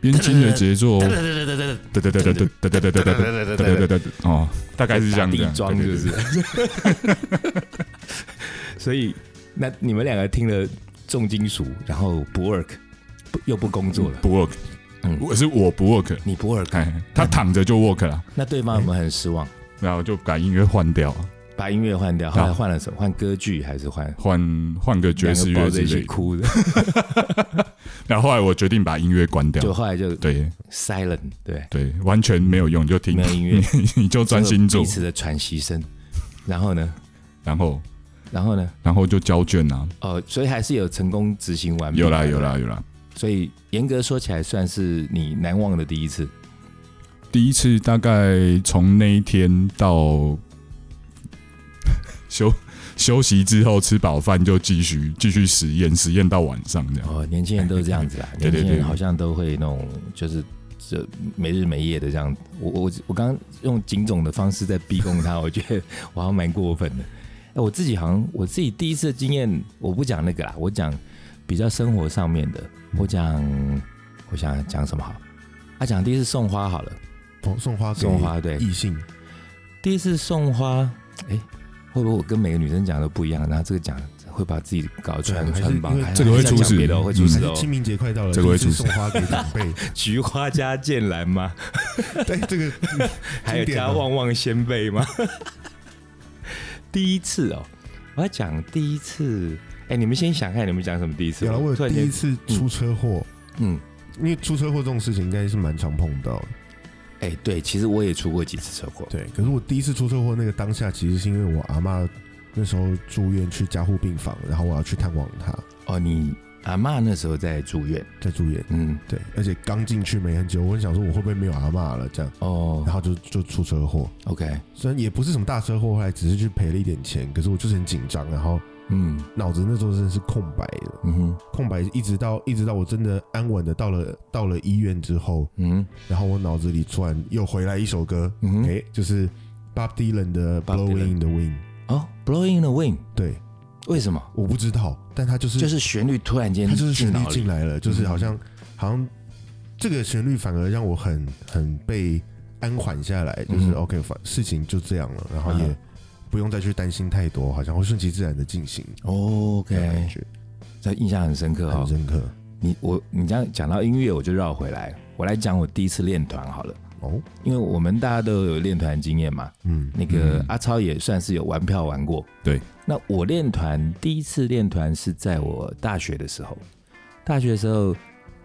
Speaker 2: 边境的节奏，对对对对对对对对对对对对对对哦，大概是这样
Speaker 3: 打
Speaker 2: 这
Speaker 3: 地
Speaker 2: 样，
Speaker 3: 桩就是。所以，那你们两个听了重金属，然后不 work，不又不工作了。
Speaker 2: 不 work，
Speaker 3: 嗯
Speaker 2: 我是我不 work，
Speaker 3: 你不 work，
Speaker 2: 哎，他躺着就 work 了，
Speaker 3: 那对方有没有很失望？
Speaker 2: 然后就把音乐换掉，
Speaker 3: 把音乐换掉，后来换了什么？换歌剧还是换
Speaker 2: 换换个爵士
Speaker 3: 两个抱
Speaker 2: 乐
Speaker 3: 在
Speaker 2: 之
Speaker 3: 一起
Speaker 2: 类的。
Speaker 3: 哭的？
Speaker 2: 然后后来我决定把音乐关
Speaker 3: 就
Speaker 2: 掉，
Speaker 3: 后来就
Speaker 2: 对
Speaker 3: silent，对，
Speaker 2: 对，完全没有用，就听
Speaker 3: 没有音乐，
Speaker 2: 你就专心做
Speaker 3: 彼，此的喘息声。然后呢？
Speaker 2: 然后
Speaker 3: 然后呢？
Speaker 2: 然后就交卷啊，
Speaker 3: 哦，所以还是有成功执行完毕。
Speaker 2: 有啦有啦。有啦，
Speaker 3: 所以严格说起来，算是你难忘的第一次。
Speaker 2: 第一次大概从那一天到 休休息之后吃饱饭就继续继续实验，实验到晚上这样。
Speaker 3: 哦，年轻人都是这样子啦，
Speaker 2: 对
Speaker 3: 年
Speaker 2: 对
Speaker 3: 轻人
Speaker 2: 对
Speaker 3: 好像都会那种就是这没日没夜的这样。我我我刚刚用警总的方式在逼供他，我觉得我好像蛮过分的。哎，我自己好像我自己第一次的经验，我不讲那个啦，我讲比较生活上面的，我讲我想讲什么好？啊，讲第一次送花好了，
Speaker 1: 哦，送花给
Speaker 3: 送花对，
Speaker 1: 异性，
Speaker 3: 第一次送花，哎，会不会我跟每个女生讲的不一样？然后这个讲会把自己
Speaker 1: 对
Speaker 3: 搞
Speaker 1: 啊
Speaker 3: 穿
Speaker 1: 还是
Speaker 3: 穿帮
Speaker 1: 因为，
Speaker 3: 还
Speaker 2: 这个会
Speaker 3: 还是要
Speaker 2: 出
Speaker 3: 讲
Speaker 2: 事
Speaker 3: 别的哦会出
Speaker 2: 嗯
Speaker 3: 事
Speaker 1: 还
Speaker 3: 哦
Speaker 1: 是。清明节快到了，
Speaker 2: 这个会
Speaker 1: 第一次
Speaker 2: 出
Speaker 1: 送花给长辈，
Speaker 3: 菊花加剑兰吗？
Speaker 1: 对这个嗯
Speaker 3: 还有
Speaker 1: 经典
Speaker 3: 加
Speaker 1: 哦
Speaker 3: 旺旺仙贝吗？ 第一次哦，我要讲第一次。哎、你们先想看你们讲什么第一次
Speaker 1: 有
Speaker 3: 吧？
Speaker 1: 了，啊我
Speaker 3: 突
Speaker 1: 有
Speaker 3: 然
Speaker 1: 第
Speaker 3: 间
Speaker 1: 一，次出车祸，
Speaker 3: 嗯，
Speaker 1: 因为出车祸这种事情应该是蛮常碰到的。
Speaker 3: 哎、对，其实我也出过几次车祸。
Speaker 1: 对，可是我第一次出车祸那个当下，其实是因为我阿嬷那时候住院去加护病房，然后我要去探望她，
Speaker 3: 哦，你阿嬷那时候在住院，
Speaker 1: 在住院。
Speaker 3: 嗯，
Speaker 1: 对，而且刚进去没很久，我很想说我会不会没有阿嬷了这样，
Speaker 3: 哦
Speaker 1: 然后就就出车祸。
Speaker 3: ，OK，
Speaker 1: 虽然也不是什么大车祸，后来只是去赔了一点钱，可是我就是很紧张，然后
Speaker 3: 嗯
Speaker 1: 脑子那时候真的是空白的，
Speaker 3: 嗯哼
Speaker 1: 空白一直到一直到我真的安稳的到了到了医院之后，
Speaker 3: 嗯
Speaker 1: 然后我脑子里突然又回来一首歌，
Speaker 3: 嗯哼
Speaker 1: 哎、就是 Bob Dylan 的
Speaker 3: Bob
Speaker 1: Blowing in the Wind。
Speaker 3: 哦，Blowing in the Wind，
Speaker 1: 对，
Speaker 3: 为什么？
Speaker 1: 我不知道，但它就是
Speaker 3: 就是旋律突然间
Speaker 1: 它就是旋律
Speaker 3: 脑里
Speaker 1: 进来了，
Speaker 3: 嗯
Speaker 1: 就是好像好像这个旋律反而让我很很被安缓下来，就是、
Speaker 3: 嗯哼
Speaker 1: OK，反事情就这样了，然后
Speaker 3: 嗯哼
Speaker 1: 也不用再去担心太多，好像会顺其自然的进行。
Speaker 3: 哦
Speaker 1: 这样的
Speaker 3: ，OK，
Speaker 1: 感觉
Speaker 3: 这印象很深刻
Speaker 1: 很
Speaker 3: 哦。
Speaker 1: 深刻
Speaker 3: 你我你这样讲到音乐，我就绕回来，我来讲我第一次练团好了，
Speaker 1: 哦，
Speaker 3: 因为我们大家都有练团经验嘛。
Speaker 1: 嗯，
Speaker 3: 那个
Speaker 2: 嗯
Speaker 3: 阿超也算是有玩票玩过，
Speaker 2: 对。
Speaker 3: 那我练团第一次练团是在我大学的时候，大学的时候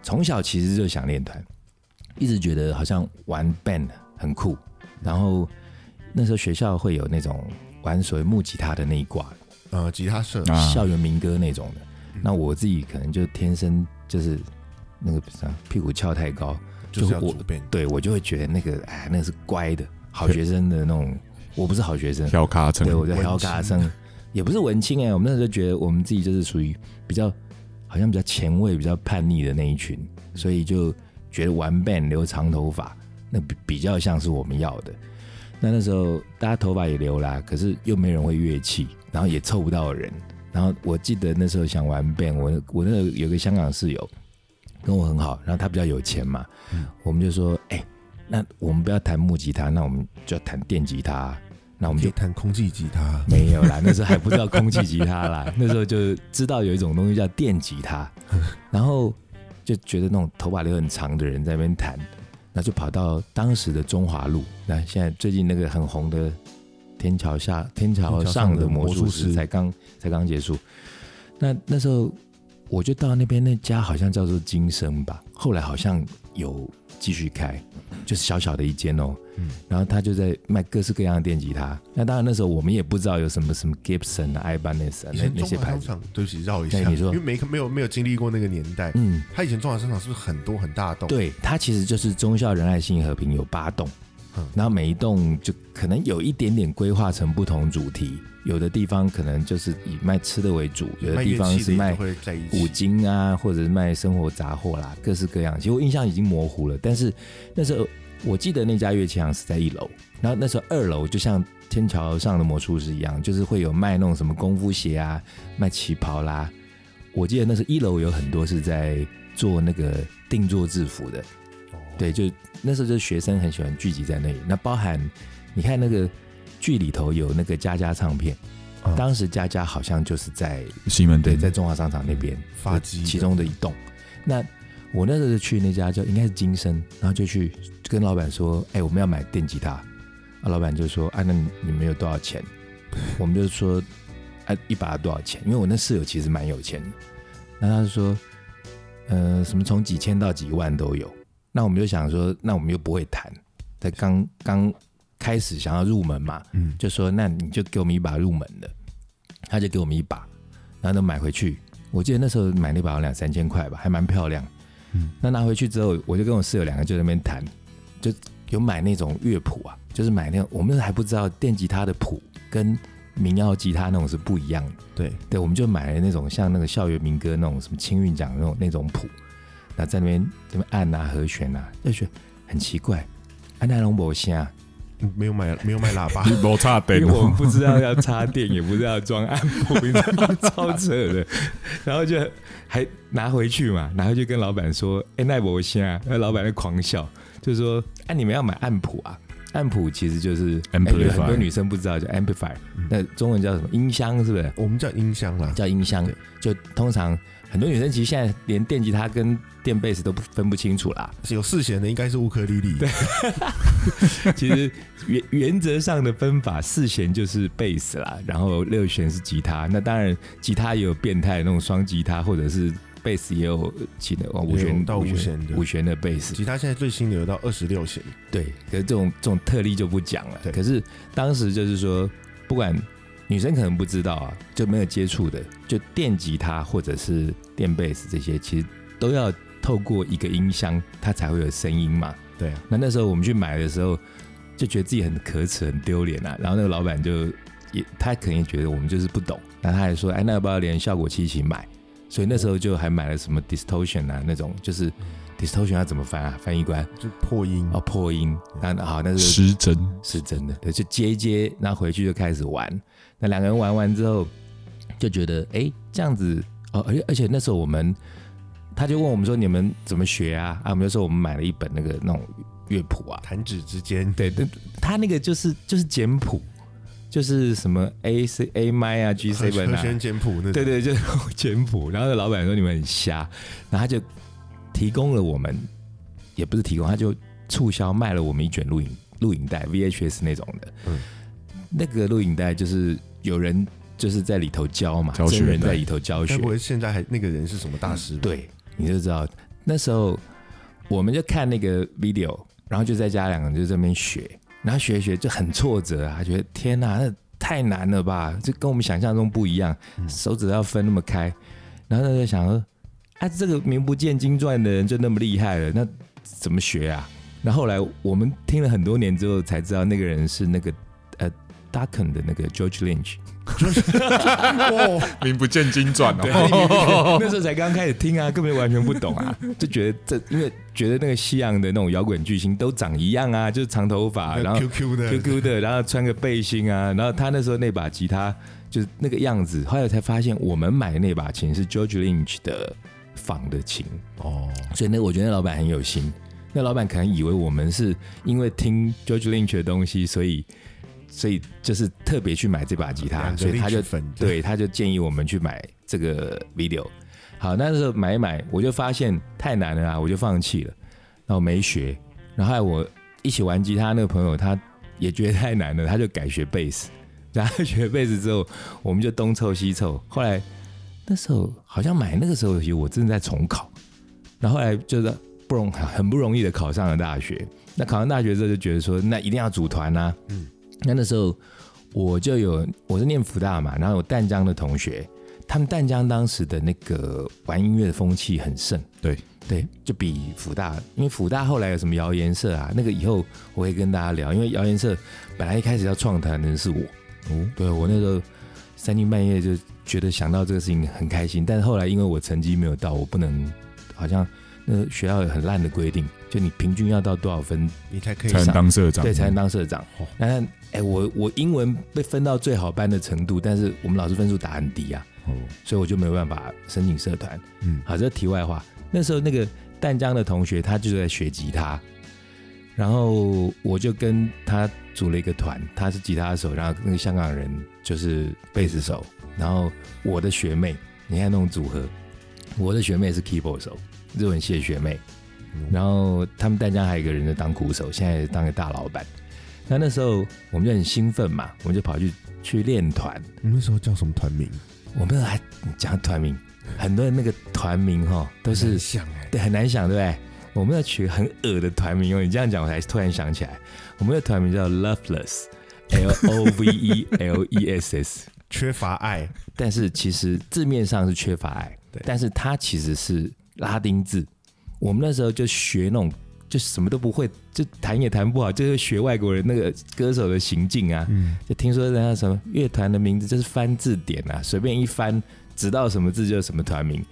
Speaker 3: 从小其实就想练团，一直觉得好像玩 band 很酷，然后那时候学校会有那种玩所谓木吉他的那一挂，
Speaker 1: 呃，吉他社
Speaker 2: 啊，
Speaker 3: 校园民歌那种的。那我自己可能就天生就是那个啥，屁股翘太高，
Speaker 1: 就是要
Speaker 3: 就我
Speaker 1: 主编，
Speaker 3: 对我就会觉得那个哎，那个是乖的好学生的那种。我不是好学生，
Speaker 2: 跳卡成
Speaker 3: 对我在
Speaker 1: 文
Speaker 3: 挑
Speaker 1: 青
Speaker 3: 欸嘎声，也不是文青哎、我们那时候觉得我们自己就是属于比较好像比较前卫、比较叛逆的那一群，
Speaker 1: 嗯
Speaker 3: 所以就觉得玩 band 留长头发，那比比较像是我们要的。那那时候大家头发也留啦，可是又没人会乐器，然后也凑不到人。然后我记得那时候想玩 band，我我那个有个香港室友跟我很好，然后他比较有钱嘛，
Speaker 1: 嗯
Speaker 3: 我们就说，哎、那我们不要弹木吉他，那我们就要弹电吉他啊，那我们
Speaker 1: 可
Speaker 3: 就
Speaker 1: 以弹空气吉他，
Speaker 3: 没有啦，那时候还不知道空气吉他啦， 那时候就知道有一种东西叫电吉 他，然后就觉得那种头发留很长的人在那边弹，那就跑到当时的中华路，那现在最近那个很红的天桥下天桥上的魔
Speaker 1: 天桥上的
Speaker 3: 术
Speaker 1: 魔术
Speaker 3: 师
Speaker 1: 师
Speaker 3: 才刚才刚结束，那那时候我就到那边那家好像叫做金生吧，后来好像有继续开，
Speaker 1: 嗯
Speaker 3: 就是小小的一间哦。然后他就在卖各式各样的电吉他。那当然那时候我们也不知道有什么什么 Gibson 啊、Ibanez 啊
Speaker 1: 以
Speaker 3: 那
Speaker 1: 前
Speaker 3: 那
Speaker 1: 中
Speaker 3: 些
Speaker 1: 华
Speaker 3: 牌
Speaker 1: 商
Speaker 3: 子。
Speaker 1: 场，对不起绕一下，
Speaker 3: 哎你说
Speaker 1: 因为没没有没有经历过那个年代，
Speaker 3: 嗯，
Speaker 1: 他以前中华商场是不是很多很大栋？，
Speaker 3: 对，它其实就是忠孝仁爱信义和平有八栋
Speaker 1: 嗯，
Speaker 3: 然后每一栋就可能有一点点规划成不同主题，有的地方可能就是以卖吃的为主，有的
Speaker 1: 卖
Speaker 3: 地
Speaker 1: 乐
Speaker 3: 方
Speaker 1: 器
Speaker 3: 是
Speaker 1: 的也
Speaker 3: 卖
Speaker 1: 都会在一
Speaker 3: 五
Speaker 1: 起，
Speaker 3: 金啊，或者是卖生活杂货啦，各式各样。其实我印象已经模糊了，但是那时候我记得那家乐器行是在一楼，然后那时候二楼就像天桥上的魔术师一样，就是会有卖那种什么功夫鞋啊，卖旗袍啦。我记得那时候一楼有很多是在做那个定做制服的，
Speaker 1: 哦
Speaker 3: 对，就那时候就是学生很喜欢聚集在那里。那包含你看那个剧里头有那个佳佳唱片，
Speaker 1: 嗯
Speaker 3: 当时佳佳好像就是在
Speaker 2: 西门
Speaker 3: 对，
Speaker 2: 町
Speaker 3: 在中华商场那边
Speaker 1: 发机的
Speaker 3: 其中的一栋。那我那时候就去那家叫应该是金生，然后就去跟老板说：“哎、我们要买电吉他。”啊，老板就说：“啊，那你你们有多少钱？” 我们就说：“啊，一把多少钱？”因为我那室友其实蛮有钱的。那他就说：“呃，什么从几千到几万都有。”那我们就想说，那我们又不会弹，才刚刚开始想要入门嘛，
Speaker 1: 嗯
Speaker 3: 就说那你就给我们一把入门的，他就给我们一把，然后都买回去。我记得那时候买那把有两三千块吧，还蛮漂亮。
Speaker 1: 嗯
Speaker 3: 那拿回去之后，我就跟我室友两个就在那边弹，就有买那种乐谱啊，就是买那种我们还不知道电吉他的谱跟民谣吉他那种是不一样的。
Speaker 1: 对，
Speaker 3: 对，我们就买了那种像那个校园民歌那种什么青韵奖那种那种谱，那在那边这边按啊和弦啊，就觉得很奇怪，按那龙啊博虾，
Speaker 1: 嗯没有 卖没有卖喇叭，
Speaker 2: 没差
Speaker 3: 因
Speaker 2: 点
Speaker 3: 为我们
Speaker 2: 哦，
Speaker 3: 不知道要插电，也不知道要装按摩，你知道吗超扯 的。然后就还拿回去嘛，拿回去跟老板说：“哎、那我先啊。”那老板就狂笑，就说：“啊，你们要买按谱啊？按谱其实就是哎
Speaker 2: Amplifier 嗯
Speaker 3: 有很多女生不知道叫 amplifier，、那中文叫什么音箱是不是？
Speaker 1: 我们叫音箱啦，
Speaker 3: 叫音箱
Speaker 1: 对。
Speaker 3: 就通常很多女生其实现在连电吉他跟电贝斯都不分不清楚啦。
Speaker 1: 有四弦的应该是乌克丽丽，
Speaker 3: 其实原原则上的分法，四弦就是贝斯啦，然后六弦是吉他。那当然，吉他也有变态的那种双吉他，或者是贝斯也有其他哦五
Speaker 1: 也有
Speaker 3: 弦
Speaker 1: 到
Speaker 3: 五
Speaker 1: 五弦的
Speaker 3: 五弦的贝斯。
Speaker 1: 吉他现在最新的有到二十六弦，
Speaker 3: 对，可是这种这种特例就不讲了。
Speaker 1: 对
Speaker 3: 可是当时就是说，不管女生可能不知道啊，就没有接触的，就电吉他或者是电贝斯这些，其实都要透过一个音箱，它才会有声音嘛。
Speaker 1: 对啊，
Speaker 3: 那那时候我们去买的时候，就觉得自己很可耻、很丢脸啊。然后那个老板就也他可能也觉得我们就是不懂，那他还说，哎，那要不要连效果器一起买？所以那时候就还买了什么 distortion 啊那种，就是 distortion 要怎么翻啊？翻译官
Speaker 1: 就破音
Speaker 3: 哦，破音。那好，那 是
Speaker 2: 失真，
Speaker 3: 是真的，对，就接一接，然后回去就开始玩。那两个人玩完之后，就觉得哎，这样子哦，而且而且那时候我们，他就问我们说你们怎么学啊？啊，我们就说我们买了一本那个那种乐谱啊，
Speaker 1: 弹指之间，
Speaker 3: 对，但他那个就是就是简谱，就是什么 A C A 麦啊 G
Speaker 1: 和
Speaker 3: seven
Speaker 1: 和
Speaker 3: 啊，
Speaker 1: 弦简谱那种
Speaker 3: 对对，就是那种简谱。然后老板说你们很瞎，然后他就提供了我们，也不是提供，他就促销卖了我们一卷录影录影带 VHS 那种的。
Speaker 1: 嗯
Speaker 3: 那个录影带就是有人就是在里头教嘛，
Speaker 2: 教学
Speaker 3: 真人
Speaker 2: 带
Speaker 3: 在里头教学
Speaker 1: 该，不会现在还那个人是什么大 师吧？
Speaker 3: 对，你就知道那时候我们就看那个 video，然后就在家两个人就在那边学，然后学一学就很挫折啊，觉得天哪、那太难了吧，这跟我们想象中不一样，手指要分那么开，然后他就想说，啊，这个名不见经传的人就那么厉害了，那怎么学啊？那后来我们听了很多年之后才知道，那个人是那个呃 d u c k e n 的那个 George Lynch，
Speaker 1: 就是
Speaker 3: 哦
Speaker 1: 哇，
Speaker 2: 名不见经传哦。
Speaker 3: 那时候才刚开始听啊，根本完全不懂啊，就觉得这因为觉得那个西洋的那种摇滚巨星都长一样啊，就是长头发，然后
Speaker 1: QQ 的
Speaker 3: QQ 的，然后穿个背心啊，然后他那时候那把吉他就是那个样子，后来才发现我们买的那把琴是 George Lynch 的仿的琴，
Speaker 1: 哦，
Speaker 3: 所以那我觉得那老板很有心，那老板可能以为我们是因为听 George Lynch 的东西，所以所以就是特别去买这把吉他，
Speaker 1: 两个
Speaker 3: 所以他就
Speaker 1: Lynch 粉
Speaker 3: 对他就建议我们去买这个 video。好，那时候买一买，我就发现太难了啊，我就放弃了，那我没学。然后后来我一起玩吉他那个朋友，他也觉得太难了，他就改学贝斯。然后他学贝斯之后，我们就东凑西凑。后来那时候好像买那个时候，我正在重考，然后后来就是不容很不容易的考上了大学。那考上大学之后就觉得说，那一定要组团啊。嗯，那那时候我就有我是念福大嘛，然后有淡江的同学，他们淡江当时的那个玩音乐的风气很盛，
Speaker 2: 对
Speaker 3: 对，就比福大，因为福大后来有什么谣言社啊，那个以后我会跟大家聊，因为谣言社本来一开始要创团的人是我，哦，对我那时候三更半夜就觉得想到这个事情很开心，但是后来因为我成绩没有到，我不能好像那学校有很烂的规定，就你平均要到多少分
Speaker 1: 你才可以
Speaker 2: 才
Speaker 1: 上
Speaker 2: 能当嗯社长，
Speaker 3: 对，才能当社长
Speaker 1: 哦。
Speaker 3: 那哎，我我英文被分到最好班的程度，但是我们老师分数打很低啊，
Speaker 2: 哦
Speaker 3: 所以我就没有办法申请社团。
Speaker 1: 嗯
Speaker 3: 好，这题外话。那时候那个淡江的同学，他就在学吉他，然后我就跟他组了一个团，他是吉他手，然后那个香港人就是贝斯手，然后我的学妹，你看那种组合，我的学妹是 keyboard 手，日文系的学妹，然后他们淡江还有一个人在当鼓手，现在当个大老板。那那时候我们就很兴奋嘛，我们就跑去去练团，
Speaker 1: 你那时候叫什么团名？
Speaker 3: 我们还讲团名，很多人那个团名哈都
Speaker 1: 很
Speaker 3: 是
Speaker 1: 像哎，
Speaker 3: 对很难想，对不对？我们要取个很恶的团名哦，你这样讲我才突然想起来，我们的团名叫 Loveless，L O V E L E S S，
Speaker 1: 缺乏爱，
Speaker 3: 但是其实字面上是缺乏爱
Speaker 1: 对，
Speaker 3: 但是它其实是拉丁字。我们那时候就学那种，就什么都不会，就弹也弹不好，就是学外国人那个歌手的行径啊。
Speaker 1: 嗯，
Speaker 3: 就听说人家什么乐团的名字就是翻字典啊，随便一翻，指到什么字就是什么团名。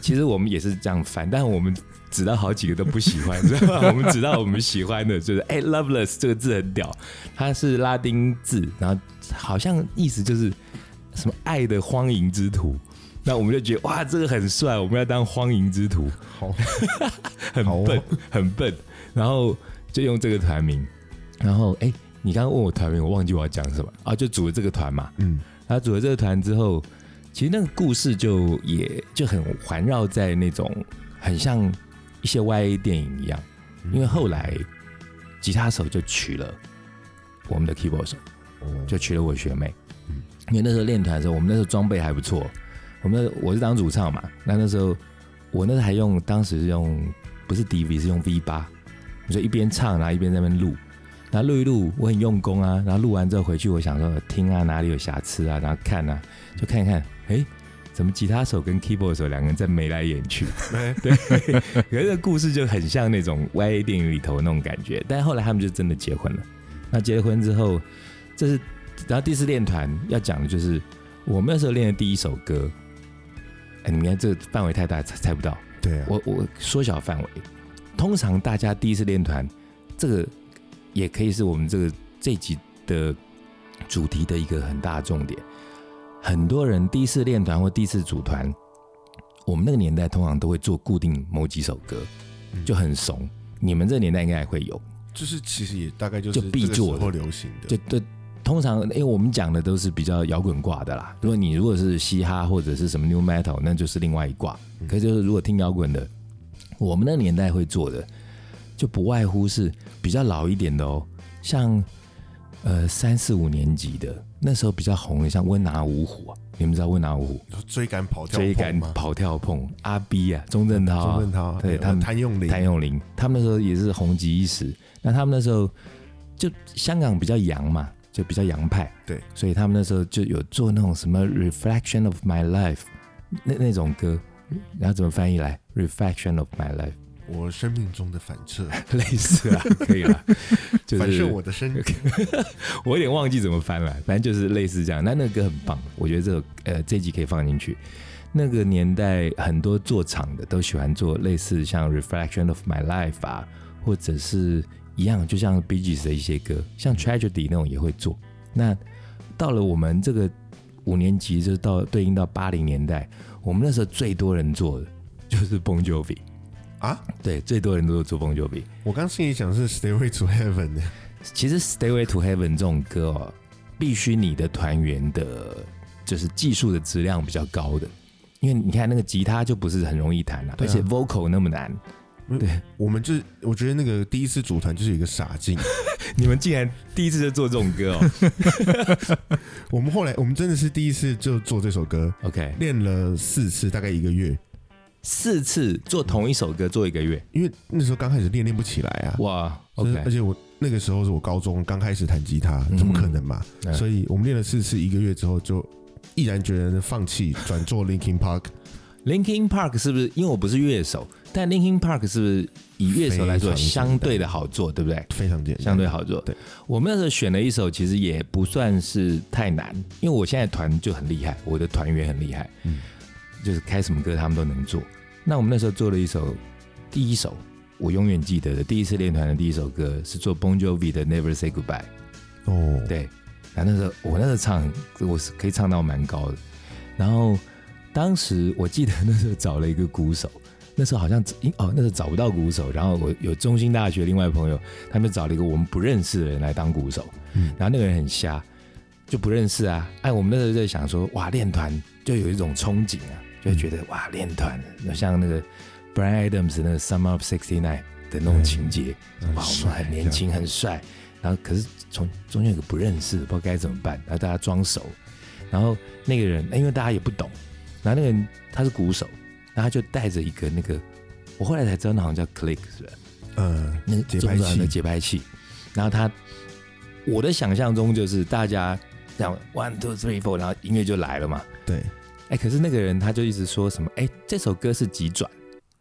Speaker 3: 其实我们也是这样翻，但我们指到好几个都不喜欢， 知道吗？我们指到我们喜欢的就是哎、l o v e l e s s 这个字很屌，它是拉丁字，然后好像意思就是什么爱的荒淫之徒。那我们就觉得哇，这个很帅，我们要当荒淫之徒。
Speaker 1: 好，
Speaker 3: 很
Speaker 1: 好哦
Speaker 3: 笨，很笨，然后就用这个团名，然后哎、你刚刚问我团名，我忘记我要讲什么啊，就组了这个团嘛，
Speaker 1: 嗯，
Speaker 3: 然后组了这个团之后，其实那个故事就也就很环绕在那种很像一些 YA 电影一样，因为后来吉他手就娶了我们的 keyboard 手，
Speaker 1: 嗯
Speaker 3: 就娶了我学妹，嗯因为那时候练团的时候，我们那时候装备还不错，我们那我是当主唱嘛，那那时候我那时候还用当时是用不是 DV 是用 V 八，我就一边唱然后一边在那边录，然后录一录，我很用功啊，然后录完之后回去，我想说听啊哪里有瑕疵啊，然后看啊，就看一看，哎，怎么吉他手跟 keyboard 手两个人在眉来眼去，
Speaker 1: 哎
Speaker 3: 对， 可是这故事就很像那种 YA 电影里头那种感觉，但后来他们就真的结婚了。那结婚之后，这是然后第四练团要讲的就是我们那时候练的第一首歌，哎，你们看这个范围太大，猜猜不到。
Speaker 1: 对啊，
Speaker 3: 我我缩小范围，通常大家第一次练团，这个也可以是我们这个这一集的主题的一个很大的重点。很多人第一次练团或第一次组团，我们那个年代通常都会做固定某几首歌，
Speaker 1: 嗯
Speaker 3: 就很怂。你们这个年代应该也会有，
Speaker 1: 就是其实也大概就是
Speaker 3: 就必
Speaker 1: 这个
Speaker 3: 做的
Speaker 1: 时候流行的，
Speaker 3: 就对，通常因为我们讲的都是比较摇滚挂的啦。如果你如果是嘻哈或者是什么 new metal，那就是另外一挂。
Speaker 1: 嗯
Speaker 3: 可是就是如果听摇滚的，我们那个年代会做的，就不外乎是比较老一点的哦，像呃三四五年级的那时候比较红的，像温拿五虎啊，你们知道温拿五虎？
Speaker 1: 你说追赶跑跳
Speaker 3: 追
Speaker 1: 碰
Speaker 3: 赶
Speaker 1: 吗？
Speaker 3: 跑跳碰，阿 B 啊，钟镇涛、啊，
Speaker 1: 钟镇涛啊
Speaker 3: 对
Speaker 1: 还有
Speaker 3: 他们
Speaker 1: 谭咏麟
Speaker 3: 谭咏麟，他们那时候也是红极一时。那他们那时候就香港比较洋嘛，就比较洋派，
Speaker 1: 对，
Speaker 3: 所以他们那时候就有做那种什么 reflection of my life 那那种歌，然后怎么翻译来 reflection of my life，
Speaker 1: 我生命中的反射，
Speaker 3: 类似啊，可以了， 就是
Speaker 1: 反射我的 身体。
Speaker 3: 我有点忘记怎么翻了，反正就是类似这样。那那个歌很棒，我觉得这首呃这集可以放进去。那个年代很多做场的都喜欢做类似像《Reflection of My Life》啊，或者是一样，就像 Bee Gees 的一些歌，像《Tragedy》那种也会做。那到了我们这个五年级，就是到对应到八零年代，我们那时候最多人做的就是 Bon Jovi
Speaker 1: 啊，
Speaker 3: 对，最多人都做 Bon Jovi。
Speaker 1: 我刚心里想是 Stairway to Heaven 呢，
Speaker 3: 其实《Stairway to Heaven》这种歌哦，必须你的团员的，就是技术的质量比较高的，因为你看那个吉他就不是很容易弹了、
Speaker 1: 对
Speaker 3: 而
Speaker 1: 啊
Speaker 3: 且 vocal 那么难，
Speaker 1: 我们就是我觉得那个第一次组团就是有一个傻 劲，
Speaker 3: 你们竟然第一次就做这种歌哦
Speaker 1: 我们后来我们真的是第一次就做这首歌，
Speaker 3: ？OK，
Speaker 1: 练了四次，大概一个月，
Speaker 3: 四次做同一首歌做一个月，
Speaker 1: 因为那时候刚开始练练不起来啊。
Speaker 3: 哇
Speaker 1: 就是而
Speaker 3: ，OK，
Speaker 1: 且我那个时候是我高中刚开始弹吉他，怎么可能嘛？
Speaker 3: 嗯
Speaker 1: 所以我们练了四次，一个月之后就毅然决然的放弃，转做 Linkin Park。
Speaker 3: Linkin Park 是不是？因为我不是乐手，但 Linkin Park 是不是以乐手来说
Speaker 1: 非常简单
Speaker 3: 相对的好做，对不对？
Speaker 1: 非常简单，
Speaker 3: 相对好做。
Speaker 1: 对，
Speaker 3: 我们那时候选了一首，其实也不算是太难，因为我现在团就很厉害，我的团员很厉害，
Speaker 2: 嗯
Speaker 3: 就是开什么歌他们都能做。那我们那时候做了一首，第一首我永远记得的，第一次练团的第一首歌是做 Bon Jovi 的 Never Say Goodbye。
Speaker 1: 哦，
Speaker 3: 对，然后那时候我那时候唱，我是可以唱到蛮高的。然后当时我记得那时候找了一个鼓手，那时候好像咦哦，那时候找不到鼓手，然后我有中兴大学另外朋友，他们找了一个我们不认识的人来当鼓手，
Speaker 1: 嗯
Speaker 3: 然后那个人很瞎，就不认识啊。哎，我们那时候在想说，哇，练团就有一种憧憬啊，就会觉得哇，练团像那个 Brian Adams 那个 Summer of '69 的那种情节，
Speaker 1: 嗯
Speaker 3: 哇，我们很年轻，很帅。然后可是从中间有个不认识，不知道该怎么办，然后大家装熟。然后那个人，哎因为大家也不懂，然后那个人他是鼓手，然后他就带着一个那个，我后来才知道那好像叫 click 是不是？
Speaker 1: 嗯，
Speaker 3: 那个
Speaker 1: 节拍
Speaker 3: 中转的
Speaker 1: 器
Speaker 3: 节拍器。然后他，我的想象中就是大家这样 one two three four，然后音乐就来了嘛。
Speaker 1: 对，
Speaker 3: 哎，可是那个人他就一直说什么，哎，这首歌是急转，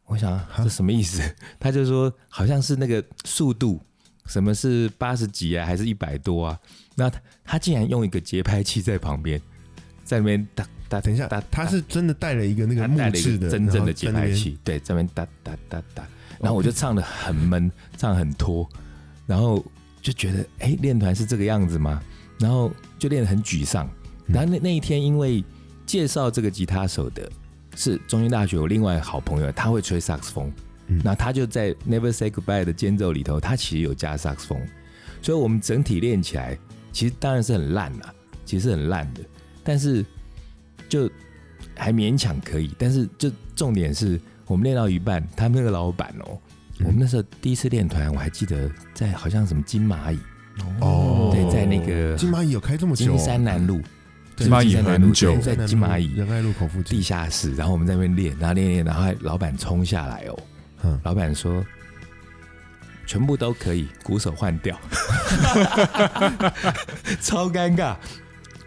Speaker 3: 我想啊这什么意思？他就说好像是那个速度，什么是八十几啊，还是一百多啊？那他他竟然用一个节拍器在旁边，在那边哒哒，
Speaker 1: 等一下
Speaker 3: 哒，
Speaker 1: 他
Speaker 3: 哒
Speaker 1: 是真的带了一个那个
Speaker 3: 他
Speaker 1: 木
Speaker 3: 带了
Speaker 1: 质
Speaker 3: 一
Speaker 1: 的
Speaker 3: 个真正
Speaker 1: 然后
Speaker 3: 的节
Speaker 1: 在那
Speaker 3: 拍
Speaker 1: 边哦
Speaker 3: 器，对，这边哒哒哒哒，然后我就唱的很闷，唱很拖，然后就觉得哎，诶练团是这个样子吗？然后就练得很沮丧。
Speaker 1: 嗯
Speaker 3: 然后那那一天，因为介绍这个吉他手的是中兴大学我另外好朋友，他会吹萨克斯风，
Speaker 1: 嗯
Speaker 3: 那他就在《Never Say Goodbye》的间奏里头，他其实有加萨克斯风，所以我们整体练起来，其实当然是很烂啦，其实是很烂的，但是就还勉强可以。但是就重点是我们练到一半，他们那个老板哦、
Speaker 2: 嗯
Speaker 3: 我们那时候第一次练团，我还记得在好像什么金蚂蚁，
Speaker 1: 哦，
Speaker 3: 对，在那个
Speaker 2: 嗯
Speaker 1: 金蚂蚁有开这么久哦，
Speaker 3: 金山南路，
Speaker 1: 对
Speaker 2: 金蚂蚁
Speaker 3: 金山南路
Speaker 2: 很久
Speaker 3: 对在金蚂蚁
Speaker 1: 仁爱路口附
Speaker 3: 地
Speaker 1: 近，
Speaker 3: 下室，然后我们在那边练，然后练练，然后还老板冲下来哦、
Speaker 1: 嗯
Speaker 3: 老板说全部都可以，鼓手换掉， 超尴尬。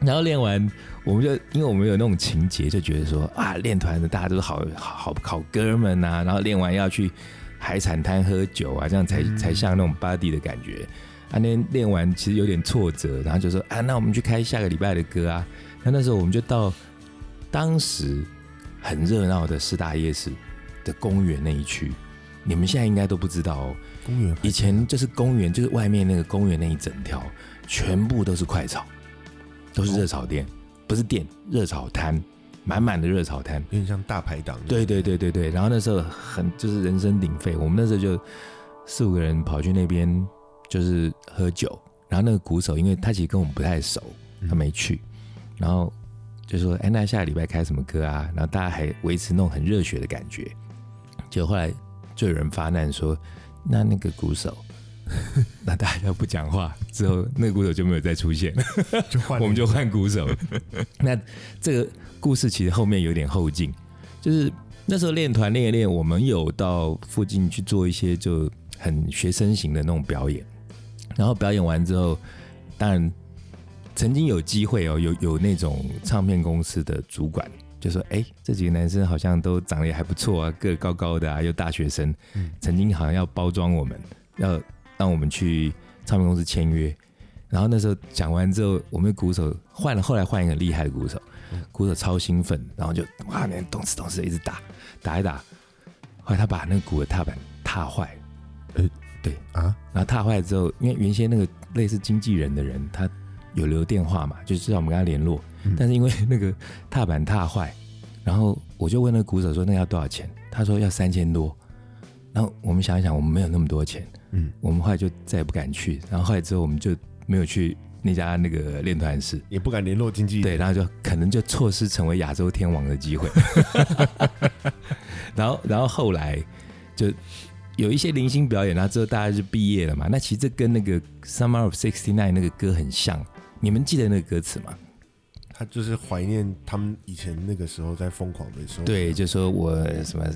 Speaker 3: 然后练完，我们就因为我们有那种情节，就觉得说啊，练团的大家都是好好好好哥们啊，然后练完要去海产摊喝酒啊，这样才、才像那种 body 的感觉。啊，那天练完其实有点挫折，然后就说啊，那我们去开下个礼拜的歌啊。那那时候我们就到当时很热闹的师大夜市的公园那一区，你们现在应该都不知道哦。
Speaker 1: 公园
Speaker 3: 以前就是公园，就是外面那个公园那一整条，全部都是快炒，都是热炒店，不是店，热炒摊，满满的热炒摊。
Speaker 1: 有点像大排档，
Speaker 3: 对对对对对，然后那时候很就是人声鼎沸，我们那时候就四五个人跑去那边就是喝酒，然后那个鼓手因为他其实跟我们不太熟，他没去，然后就说哎那下个礼拜开什么歌啊？然后大家还维持那种很热血的感觉，结果后来就有人发难说那那个鼓手。 那大家不讲话之后，那个鼓手就没有再出现。
Speaker 1: 就换了
Speaker 3: 我们就换鼓手。 那这个故事其实后面有点后劲，就是那时候练团练一练，我们有到附近去做一些就很学生型的那种表演，然后表演完之后，当然曾经有机会哦，有有那种唱片公司的主管就说：“哎、这几个男生好像都长得也还不错啊，个高高的啊，又大学生，曾经好像要包装我们，要让我们去唱片公司签约。”然后那时候讲完之后，我们的鼓手换了，后来换一个很厉害的鼓手，
Speaker 1: 嗯
Speaker 3: 鼓手超兴奋，然后就哇，那咚哧咚哧一直打，打一打，后来他把那个鼓的踏板踏坏了，
Speaker 1: 啊，
Speaker 3: 然后踏坏之后，因为原先那个类似经纪人的人，他有留电话嘛，就知道我们跟他联络。
Speaker 1: 嗯
Speaker 3: 但是因为那个踏板踏坏，然后我就问那个鼓手说：“那要多少钱？”他说：“要三千多。”然后我们想一想，我们没有那么多钱，
Speaker 1: 嗯，
Speaker 3: 我们后来就再也不敢去。然后后来之后，我们就没有去那家那个练团室，
Speaker 1: 也不敢联络经纪人。
Speaker 3: 对，然后就可能就错失成为亚洲天王的机会。 然后，然后后来就有一些零星表演，然后之后大家就毕业了嘛。那其实这跟那个《Summer of '69》那个歌很像，你们记得那个歌词吗？
Speaker 1: 他就是怀念他们以前那个时候在疯狂的时候。，
Speaker 3: 对，就说我什么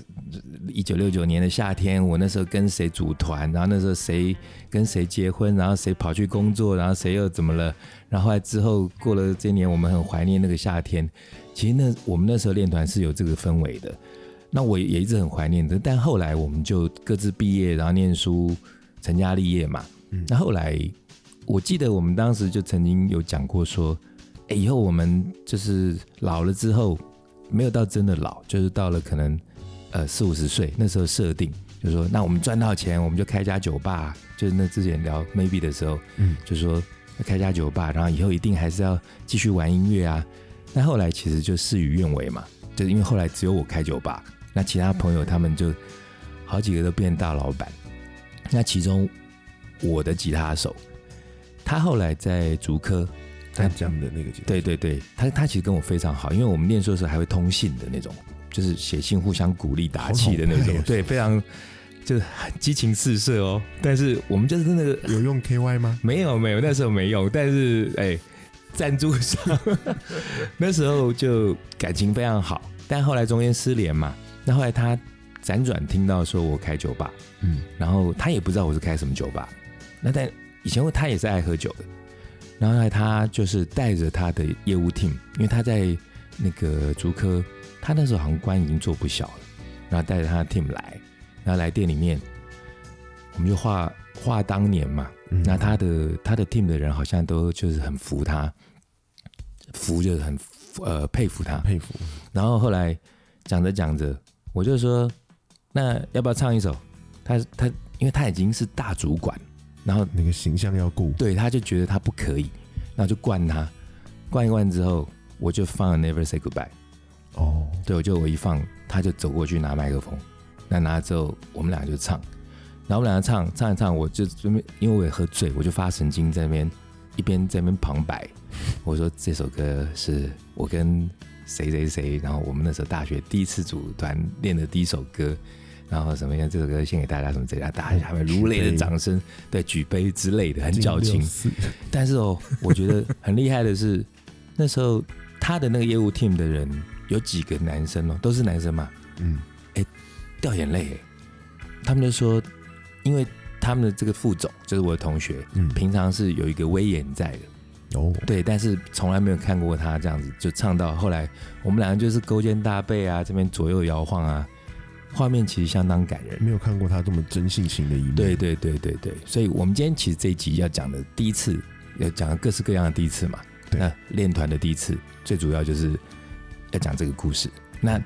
Speaker 3: 一九六九年的夏天，我那时候跟谁组团，然后那时候谁跟谁结婚，然后谁跑去工作，然后谁又怎么了，然后后来之后过了这年，我们很怀念那个夏天。其实那我们那时候练团是有这个氛围的，那我也一直很怀念的。但后来我们就各自毕业，然后念书，成家立业嘛。那后来我记得我们当时就曾经有讲过说，哎，以后我们就是老了之后，没有到真的老，就是到了可能呃四五十岁那时候设定，就是说那我们赚到钱，我们就开一家酒吧。就是那之前聊 maybe 的时候，
Speaker 1: 嗯
Speaker 3: 就说开一家酒吧，然后以后一定还是要继续玩音乐啊。那后来其实就事与愿违嘛，就是因为后来只有我开酒吧，那其他朋友他们就好几个都变大老板。那其中我的吉他手，他后来在竹科，
Speaker 1: 他讲的那个节目。
Speaker 3: 对对对，他他其实跟我非常好，因为我们念书的时候还会通信的那种，就是写信互相鼓励打气的那
Speaker 1: 好老
Speaker 3: 种
Speaker 1: 派哦，
Speaker 3: 对，非常就是很激情四射哦。但是我们就是真的
Speaker 1: 有用 KY 吗？
Speaker 3: 没有没有，那时候没有，但是哎，赞助商 那时候就感情非常好，但后来中间失联嘛，那后来他辗转听到说我开酒吧，
Speaker 1: 嗯，
Speaker 3: 然后他也不知道我是开什么酒吧，那但以前他也是爱喝酒的，然后后来他就是哎带着他的业务 team，因为他哎在那个竹科，他那时候好像官已经做不小了，然后带着他的 team 来，然后来店里面，我们就画画当年嘛，
Speaker 1: 嗯
Speaker 3: 那他的他的 team 的人好像都就是很服他，服就是很服呃佩服他，
Speaker 1: 佩服。
Speaker 3: 然后后来讲着讲着，我就说，那要不要唱一首？他他，因为他已经是大主管，然后
Speaker 1: 那个形象要顾，
Speaker 3: 对他就觉得他不可以，然后就灌他，灌一灌之后，我就放了 Never Say Goodbye。
Speaker 1: 哦，
Speaker 3: 对，我就我一放，他就走过去拿麦克风，那拿了之后，我们俩就唱，然后我们俩唱唱一唱，我就这边因为我也喝醉，我就发神经在那边一边在那边旁白，我说这首歌是我跟谁谁谁，然后我们那时候大学第一次组团练的第一首歌。然后什么样？这首歌献给大家，什么这样，啊大家还们如雷的掌声，对，举杯之类的，很矫情。但是哦，我觉得很厉害的是，那时候他的那个业务 team 的人有几个男生哦，都是男生嘛，
Speaker 1: 嗯，
Speaker 3: 掉眼泪耶。他们就说，因为他们的这个副总就是我的同学，
Speaker 1: 嗯
Speaker 3: 平常是有一个威严在的，
Speaker 1: 哦，
Speaker 3: 对，但是从来没有看过他这样子，就唱到后来，我们两个就是勾肩搭背啊，这边左右摇晃啊，画面其实相当感人。
Speaker 1: 没有看过他这么真性情的一面。
Speaker 3: 对，对对对对，所以我们今天其实这一集要讲的第一次，要讲各式各样的第一次嘛。
Speaker 1: 对
Speaker 3: 那练团的第一次，最主要就是要讲这个故事。那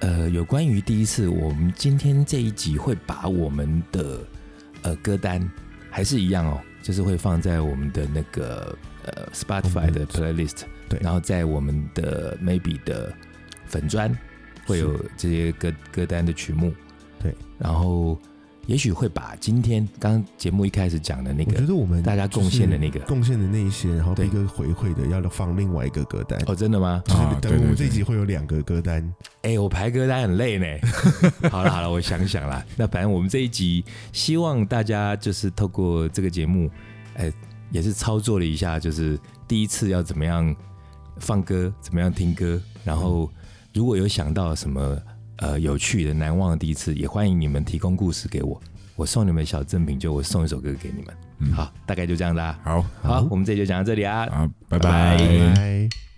Speaker 3: 呃，有关于第一次，我们今天这一集会把我们的呃歌单还是一样哦，就是会放在我们的那个呃 Spotify 的 playlist，
Speaker 1: 对
Speaker 3: 然后在我们的 Maybe 的粉砖会有这些歌歌单的曲目，
Speaker 1: 对，
Speaker 3: 然后也许会把今天刚刚节目一开始讲的那
Speaker 1: 我觉
Speaker 3: 个
Speaker 1: 得我们
Speaker 3: 大家贡献的那个
Speaker 1: 就是贡献的那一些，然后
Speaker 3: 对
Speaker 1: 逼哥回馈的要放另外一个歌单。
Speaker 3: 哦，真的吗？
Speaker 1: 就是
Speaker 2: 啊
Speaker 1: 等
Speaker 2: 对
Speaker 1: 我们
Speaker 2: 对
Speaker 1: 这一
Speaker 2: 对
Speaker 1: 集会有两个歌单，
Speaker 3: 哎、我排歌单很累呢。 好了好了，我想想啦。那反正我们这一集，希望大家就是透过这个节目，哎、也是操作了一下，就是第一次要怎么样放歌，怎么样听歌，然
Speaker 1: 嗯
Speaker 3: 后如果有想到什么呃有趣的、难忘的第一次，也欢迎你们提供故事给我，我送你们小赠品，就我送一首歌给你们。好，大概就这样啦。
Speaker 2: 嗯好
Speaker 3: 好，我们这一集就讲到这里啊。
Speaker 2: 啊，拜
Speaker 3: 拜
Speaker 2: 拜
Speaker 1: 拜。